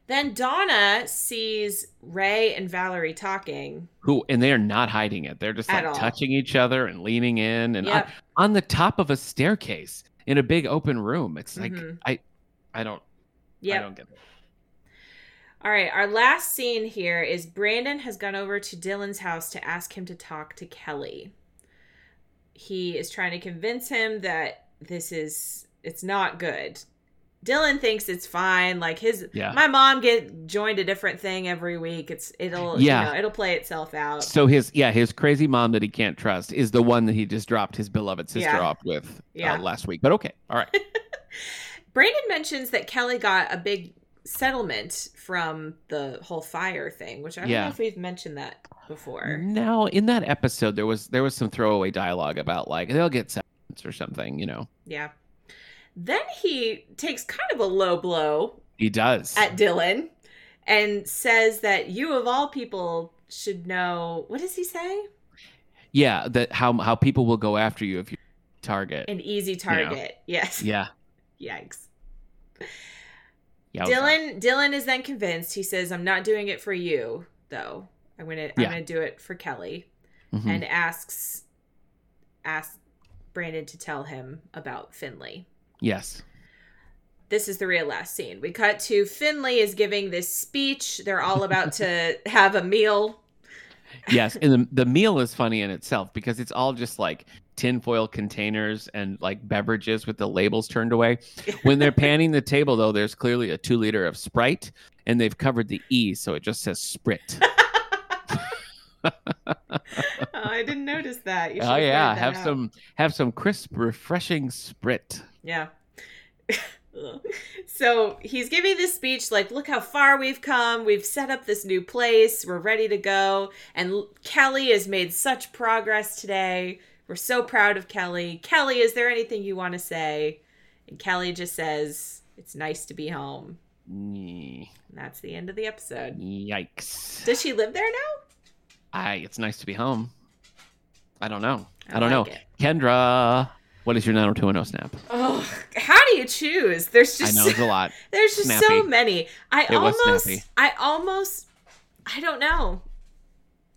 [SPEAKER 2] Then Donna sees Ray and Valerie talking.
[SPEAKER 1] Who and they are not hiding it. They're just
[SPEAKER 2] At
[SPEAKER 1] like
[SPEAKER 2] all.
[SPEAKER 1] touching each other and leaning in and
[SPEAKER 2] Yep.
[SPEAKER 1] on, on the top of a staircase in a big open room. It's like
[SPEAKER 2] Mhm.
[SPEAKER 1] I I don't I
[SPEAKER 2] Yep.
[SPEAKER 1] don't get it.
[SPEAKER 2] All right, our last scene here is Brandon has gone over to Dylan's house to ask him to talk to Kelly. He is trying to convince him that this is it's not good. Dylan thinks it's fine. Like his
[SPEAKER 1] Yeah.
[SPEAKER 2] my mom get joined a different thing every week. It's it'll
[SPEAKER 1] Yeah.
[SPEAKER 2] you know, it'll play itself out.
[SPEAKER 1] So his yeah, his crazy mom that he can't trust is the one that he just dropped his beloved sister
[SPEAKER 2] Yeah.
[SPEAKER 1] off with
[SPEAKER 2] Yeah.
[SPEAKER 1] uh, last week. But okay. All right.
[SPEAKER 2] Brandon mentions that Kelly got a big settlement from the whole fire thing, which I don't
[SPEAKER 1] Yeah.
[SPEAKER 2] know if we've mentioned that before.
[SPEAKER 1] Now, in that episode, there was there was some throwaway dialogue about like they'll get seconds or something. You know,
[SPEAKER 2] Yeah. Then he takes kind of a low blow
[SPEAKER 1] he does.
[SPEAKER 2] at Dylan and says that you, of all people, should know what does he say?
[SPEAKER 1] yeah, that how how people will go after you if you target.
[SPEAKER 2] An easy target. Yes.
[SPEAKER 1] yeah.
[SPEAKER 2] Yikes.
[SPEAKER 1] Yeah. it was awesome.
[SPEAKER 2] Dylan Dylan is then convinced. He says, I'm not doing it for you, though. I'm gonna I'm
[SPEAKER 1] Yeah.
[SPEAKER 2] gonna do it for Kelly.
[SPEAKER 1] Mhm.
[SPEAKER 2] And asks asks Brandon to tell him about Finley.
[SPEAKER 1] yes.
[SPEAKER 2] this is the real last scene. We cut to Finley is giving this speech. They're all about to have a meal.
[SPEAKER 1] Yes. And the, the meal is funny in itself because it's all just like tinfoil containers and like beverages with the labels turned away. When they're panning the table, though, there's clearly a two liter of Sprite and they've covered the E, so it just says Sprit.
[SPEAKER 2] Oh, I didn't notice that. You should
[SPEAKER 1] oh, yeah.
[SPEAKER 2] pointed that
[SPEAKER 1] Have
[SPEAKER 2] out.
[SPEAKER 1] some, have some crisp, refreshing Sprit.
[SPEAKER 2] Yeah. Ugh. so he's giving this speech like, look how far we've come. We've set up this new place. We're ready to go. And L- Kelly has made such progress today. We're so proud of Kelly. Kelly, is there anything you want to say? And Kelly just says, it's nice to be home.
[SPEAKER 1] Nyeh.
[SPEAKER 2] And that's the end of the episode.
[SPEAKER 1] Yikes.
[SPEAKER 2] Does she live there now?
[SPEAKER 1] I it's nice to be home. I don't know. I,
[SPEAKER 2] I
[SPEAKER 1] don't
[SPEAKER 2] like
[SPEAKER 1] know.
[SPEAKER 2] it.
[SPEAKER 1] Kendra, what is your 90210 snap?
[SPEAKER 2] Oh, how do you choose? There's
[SPEAKER 1] I
[SPEAKER 2] just
[SPEAKER 1] know it's a lot.
[SPEAKER 2] there's just so
[SPEAKER 1] Snappy.
[SPEAKER 2] many. I
[SPEAKER 1] It was
[SPEAKER 2] almost
[SPEAKER 1] snappy.
[SPEAKER 2] I almost I don't know.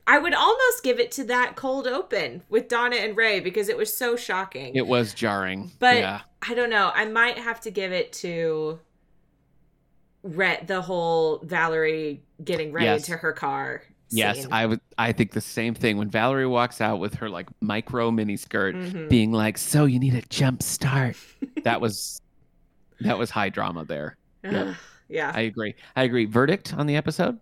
[SPEAKER 2] I would almost give it to that cold open with Donna and Ray because it was so shocking.
[SPEAKER 1] It was jarring.
[SPEAKER 2] But-
[SPEAKER 1] yeah.
[SPEAKER 2] I don't know. I might have to give it to Ret the whole Valerie getting Ray
[SPEAKER 1] Yes.
[SPEAKER 2] to her car.
[SPEAKER 1] Yes,
[SPEAKER 2] scene.
[SPEAKER 1] I would I think the same thing when Valerie walks out with her like micro mini skirt
[SPEAKER 2] Mhm.
[SPEAKER 1] being like, "So you need a jump start." that was that was high drama there. yeah.
[SPEAKER 2] yeah.
[SPEAKER 1] I agree. I agree. Verdict on the episode?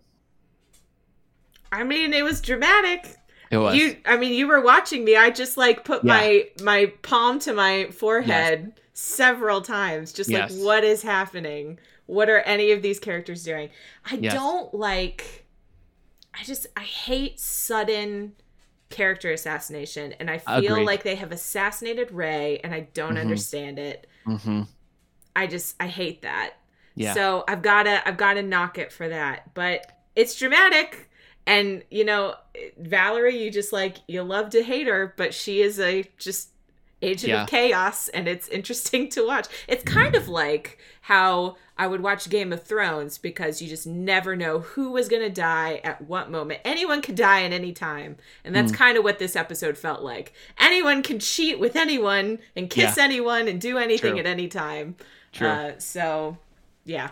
[SPEAKER 2] I mean, it was dramatic.
[SPEAKER 1] It was
[SPEAKER 2] You, I mean, you were watching me. I just like put
[SPEAKER 1] Yeah.
[SPEAKER 2] my my palm to my forehead several times, just
[SPEAKER 1] Yes.
[SPEAKER 2] like what is happening? What are any of these characters doing? I
[SPEAKER 1] Yes.
[SPEAKER 2] don't like. I just I hate sudden character assassination, and I feel
[SPEAKER 1] Agreed.
[SPEAKER 2] like they have assassinated Ray, and I don't
[SPEAKER 1] Mhm.
[SPEAKER 2] understand it.
[SPEAKER 1] hmm
[SPEAKER 2] I just I hate that.
[SPEAKER 1] Yeah.
[SPEAKER 2] So I've gotta I've gotta knock it for that. But it's dramatic, and you know, Valerie, you just like you love to hate her, but she is a just agent
[SPEAKER 1] Yeah. Mm-hmm.
[SPEAKER 2] of chaos, and it's interesting to watch. It's kind of like how I would watch Game of Thrones because you just never know who was gonna die at what moment. Anyone could die at any time, and
[SPEAKER 1] Mm.
[SPEAKER 2] that's kind of what this episode felt like. Anyone can cheat with anyone and kiss anyone and do anything
[SPEAKER 1] True.
[SPEAKER 2] at any time.
[SPEAKER 1] True.
[SPEAKER 2] Uh, so, yeah.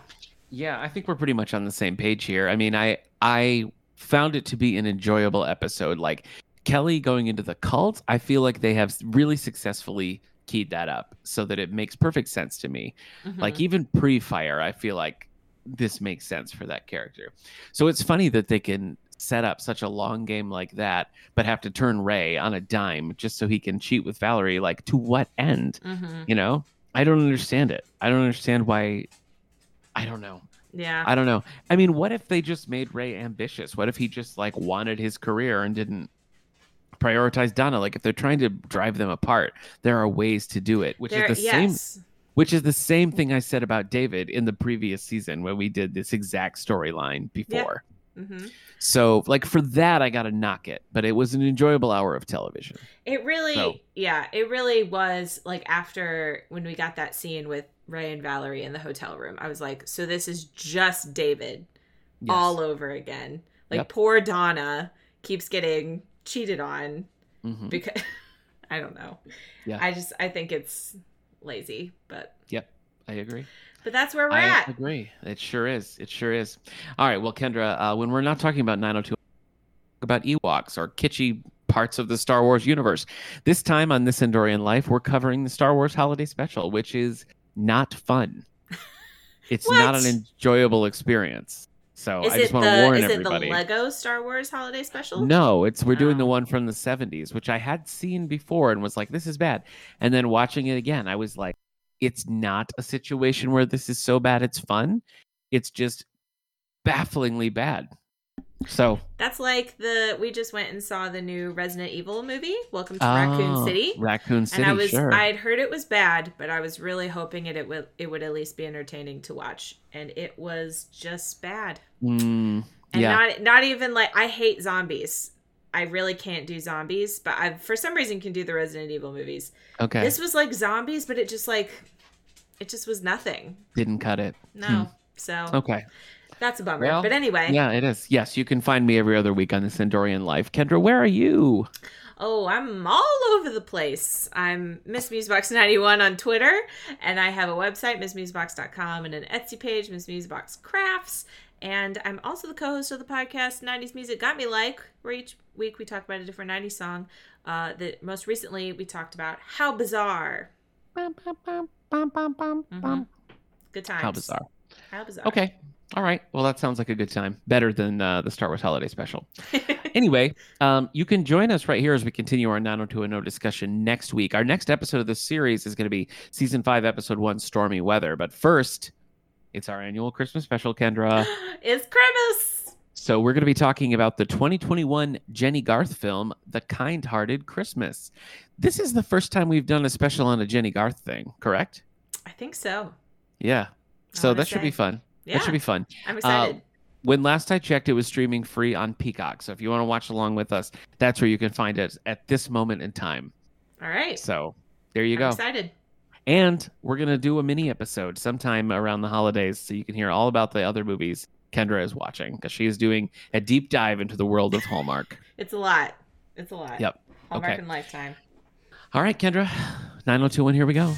[SPEAKER 1] Yeah, I think we're pretty much on the same page here. I mean, I I found it to be an enjoyable episode. Like Kelly going into the cult, I feel like they have really successfully keyed that up so that it makes perfect sense to me. Like
[SPEAKER 2] Mhm.
[SPEAKER 1] even pre-fire, I feel like this makes sense for that character. So it's funny that they can set up such a long game like that, but have to turn Ray on a dime just so he can cheat with Valerie. Like to what end?
[SPEAKER 2] Mhm.
[SPEAKER 1] You know, I don't understand it. I don't understand why. I don't know.
[SPEAKER 2] yeah
[SPEAKER 1] I don't know. I mean, what if they just made Ray ambitious? What if he just like wanted his career and didn't prioritize Donna? Like if they're trying to drive them apart, there are ways to do it, which
[SPEAKER 2] There-
[SPEAKER 1] is the same
[SPEAKER 2] yes
[SPEAKER 1] which is the same thing I said about David in the previous season when we did this exact storyline before.
[SPEAKER 2] hmm
[SPEAKER 1] So, like for that I got to knock it, but it was an enjoyable hour of television.
[SPEAKER 2] it really
[SPEAKER 1] So-
[SPEAKER 2] yeah it really was like after when we got that scene with ray and valerie in the hotel room i was like so this is just david
[SPEAKER 1] Yes.
[SPEAKER 2] all over again like
[SPEAKER 1] Yep.
[SPEAKER 2] poor donna keeps getting cheated on
[SPEAKER 1] Mhm.
[SPEAKER 2] because I don't know.
[SPEAKER 1] Yeah.
[SPEAKER 2] I just I think it's lazy, but
[SPEAKER 1] I agree.
[SPEAKER 2] but that's where we're
[SPEAKER 1] I
[SPEAKER 2] at.
[SPEAKER 1] agree. It sure is. It sure is. All right. Well, Kendra, uh, when we're not talking about 902, about Ewoks or kitschy parts of the Star Wars universe, this time on This Endorian Life, we're covering the Star Wars Holiday Special, which is not fun. It's not
[SPEAKER 2] What?
[SPEAKER 1] an enjoyable experience. So
[SPEAKER 2] Is
[SPEAKER 1] I
[SPEAKER 2] it
[SPEAKER 1] just want to
[SPEAKER 2] the
[SPEAKER 1] warn
[SPEAKER 2] is it
[SPEAKER 1] everybody.
[SPEAKER 2] the Lego Star Wars holiday special?
[SPEAKER 1] No, it's we're doing the
[SPEAKER 2] Oh.
[SPEAKER 1] one from the 70s, which I had seen before and was like, this is bad. And then watching it again, I was like, it's not a situation where this is so bad it's fun. It's just bafflingly bad. So
[SPEAKER 2] That's like the we just went and saw the new Resident Evil movie, Welcome to Raccoon
[SPEAKER 1] Oh,
[SPEAKER 2] City.
[SPEAKER 1] Raccoon City,
[SPEAKER 2] and I was
[SPEAKER 1] sure.
[SPEAKER 2] I'd heard it was bad, but I was really hoping it it would it would at least be entertaining to watch. And it was just bad.
[SPEAKER 1] Mm,
[SPEAKER 2] and
[SPEAKER 1] yeah.
[SPEAKER 2] not not even like I hate zombies. I really can't do zombies, but I for some reason can do the Resident Evil movies.
[SPEAKER 1] okay.
[SPEAKER 2] This was like zombies, but it just like it just was nothing.
[SPEAKER 1] Didn't cut it.
[SPEAKER 2] No.
[SPEAKER 1] Hmm.
[SPEAKER 2] So
[SPEAKER 1] Okay.
[SPEAKER 2] that's a bummer.
[SPEAKER 1] Well,
[SPEAKER 2] but anyway,
[SPEAKER 1] Yeah, it is. Yes, you can find me every other week on the Sandorian Life. Kendra, where are you?
[SPEAKER 2] oh, I'm all over the place. I'm Miss Musebox91 on Twitter, and I have a website, MissMusebox.com, and an Etsy page, Miss Musebox Crafts. And I'm also the co host of the podcast, 90s Music Got Me Like, where each week we talk about a different 90s song. Uh, that most recently we talked about How Bizarre.
[SPEAKER 1] Bum, bum, bum, bum, bum, bum,
[SPEAKER 2] Mhm.
[SPEAKER 1] bum.
[SPEAKER 2] Good times.
[SPEAKER 1] How bizarre.
[SPEAKER 2] How Bizarre.
[SPEAKER 1] Okay. All right. Well, that sounds like a good time. Better than uh, the Star Wars Holiday Special. Anyway, um, you can join us right here as we continue our 90210 discussion next week. Our next episode of this series is going to be season five, episode one, Stormy Weather. But first, it's our annual Christmas special, Kendra.
[SPEAKER 2] it's Kremis.
[SPEAKER 1] So we're going to be talking about the 2021 Jenny Garth film, The Kind-Hearted Christmas. This is the first time we've done a special on a Jenny Garth thing, correct?
[SPEAKER 2] I think so.
[SPEAKER 1] Yeah.
[SPEAKER 2] I
[SPEAKER 1] So
[SPEAKER 2] wanna
[SPEAKER 1] that should be
[SPEAKER 2] say.
[SPEAKER 1] fun.
[SPEAKER 2] Yeah,
[SPEAKER 1] That should be fun.
[SPEAKER 2] I'm excited.
[SPEAKER 1] when last I checked, it was streaming free on Peacock. So if you want to watch along with us, that's where you can find us at this moment in time.
[SPEAKER 2] All right.
[SPEAKER 1] So uh, there you
[SPEAKER 2] I'm
[SPEAKER 1] go.
[SPEAKER 2] excited.
[SPEAKER 1] And we're going to do a mini episode sometime around the holidays so you can hear all about the other movies Kendra is watching because she is doing a deep dive into the world of Hallmark.
[SPEAKER 2] It's a lot. It's a lot.
[SPEAKER 1] Yep.
[SPEAKER 2] Hallmark
[SPEAKER 1] Okay.
[SPEAKER 2] and Lifetime.
[SPEAKER 1] all right, Kendra, 9021, here we go.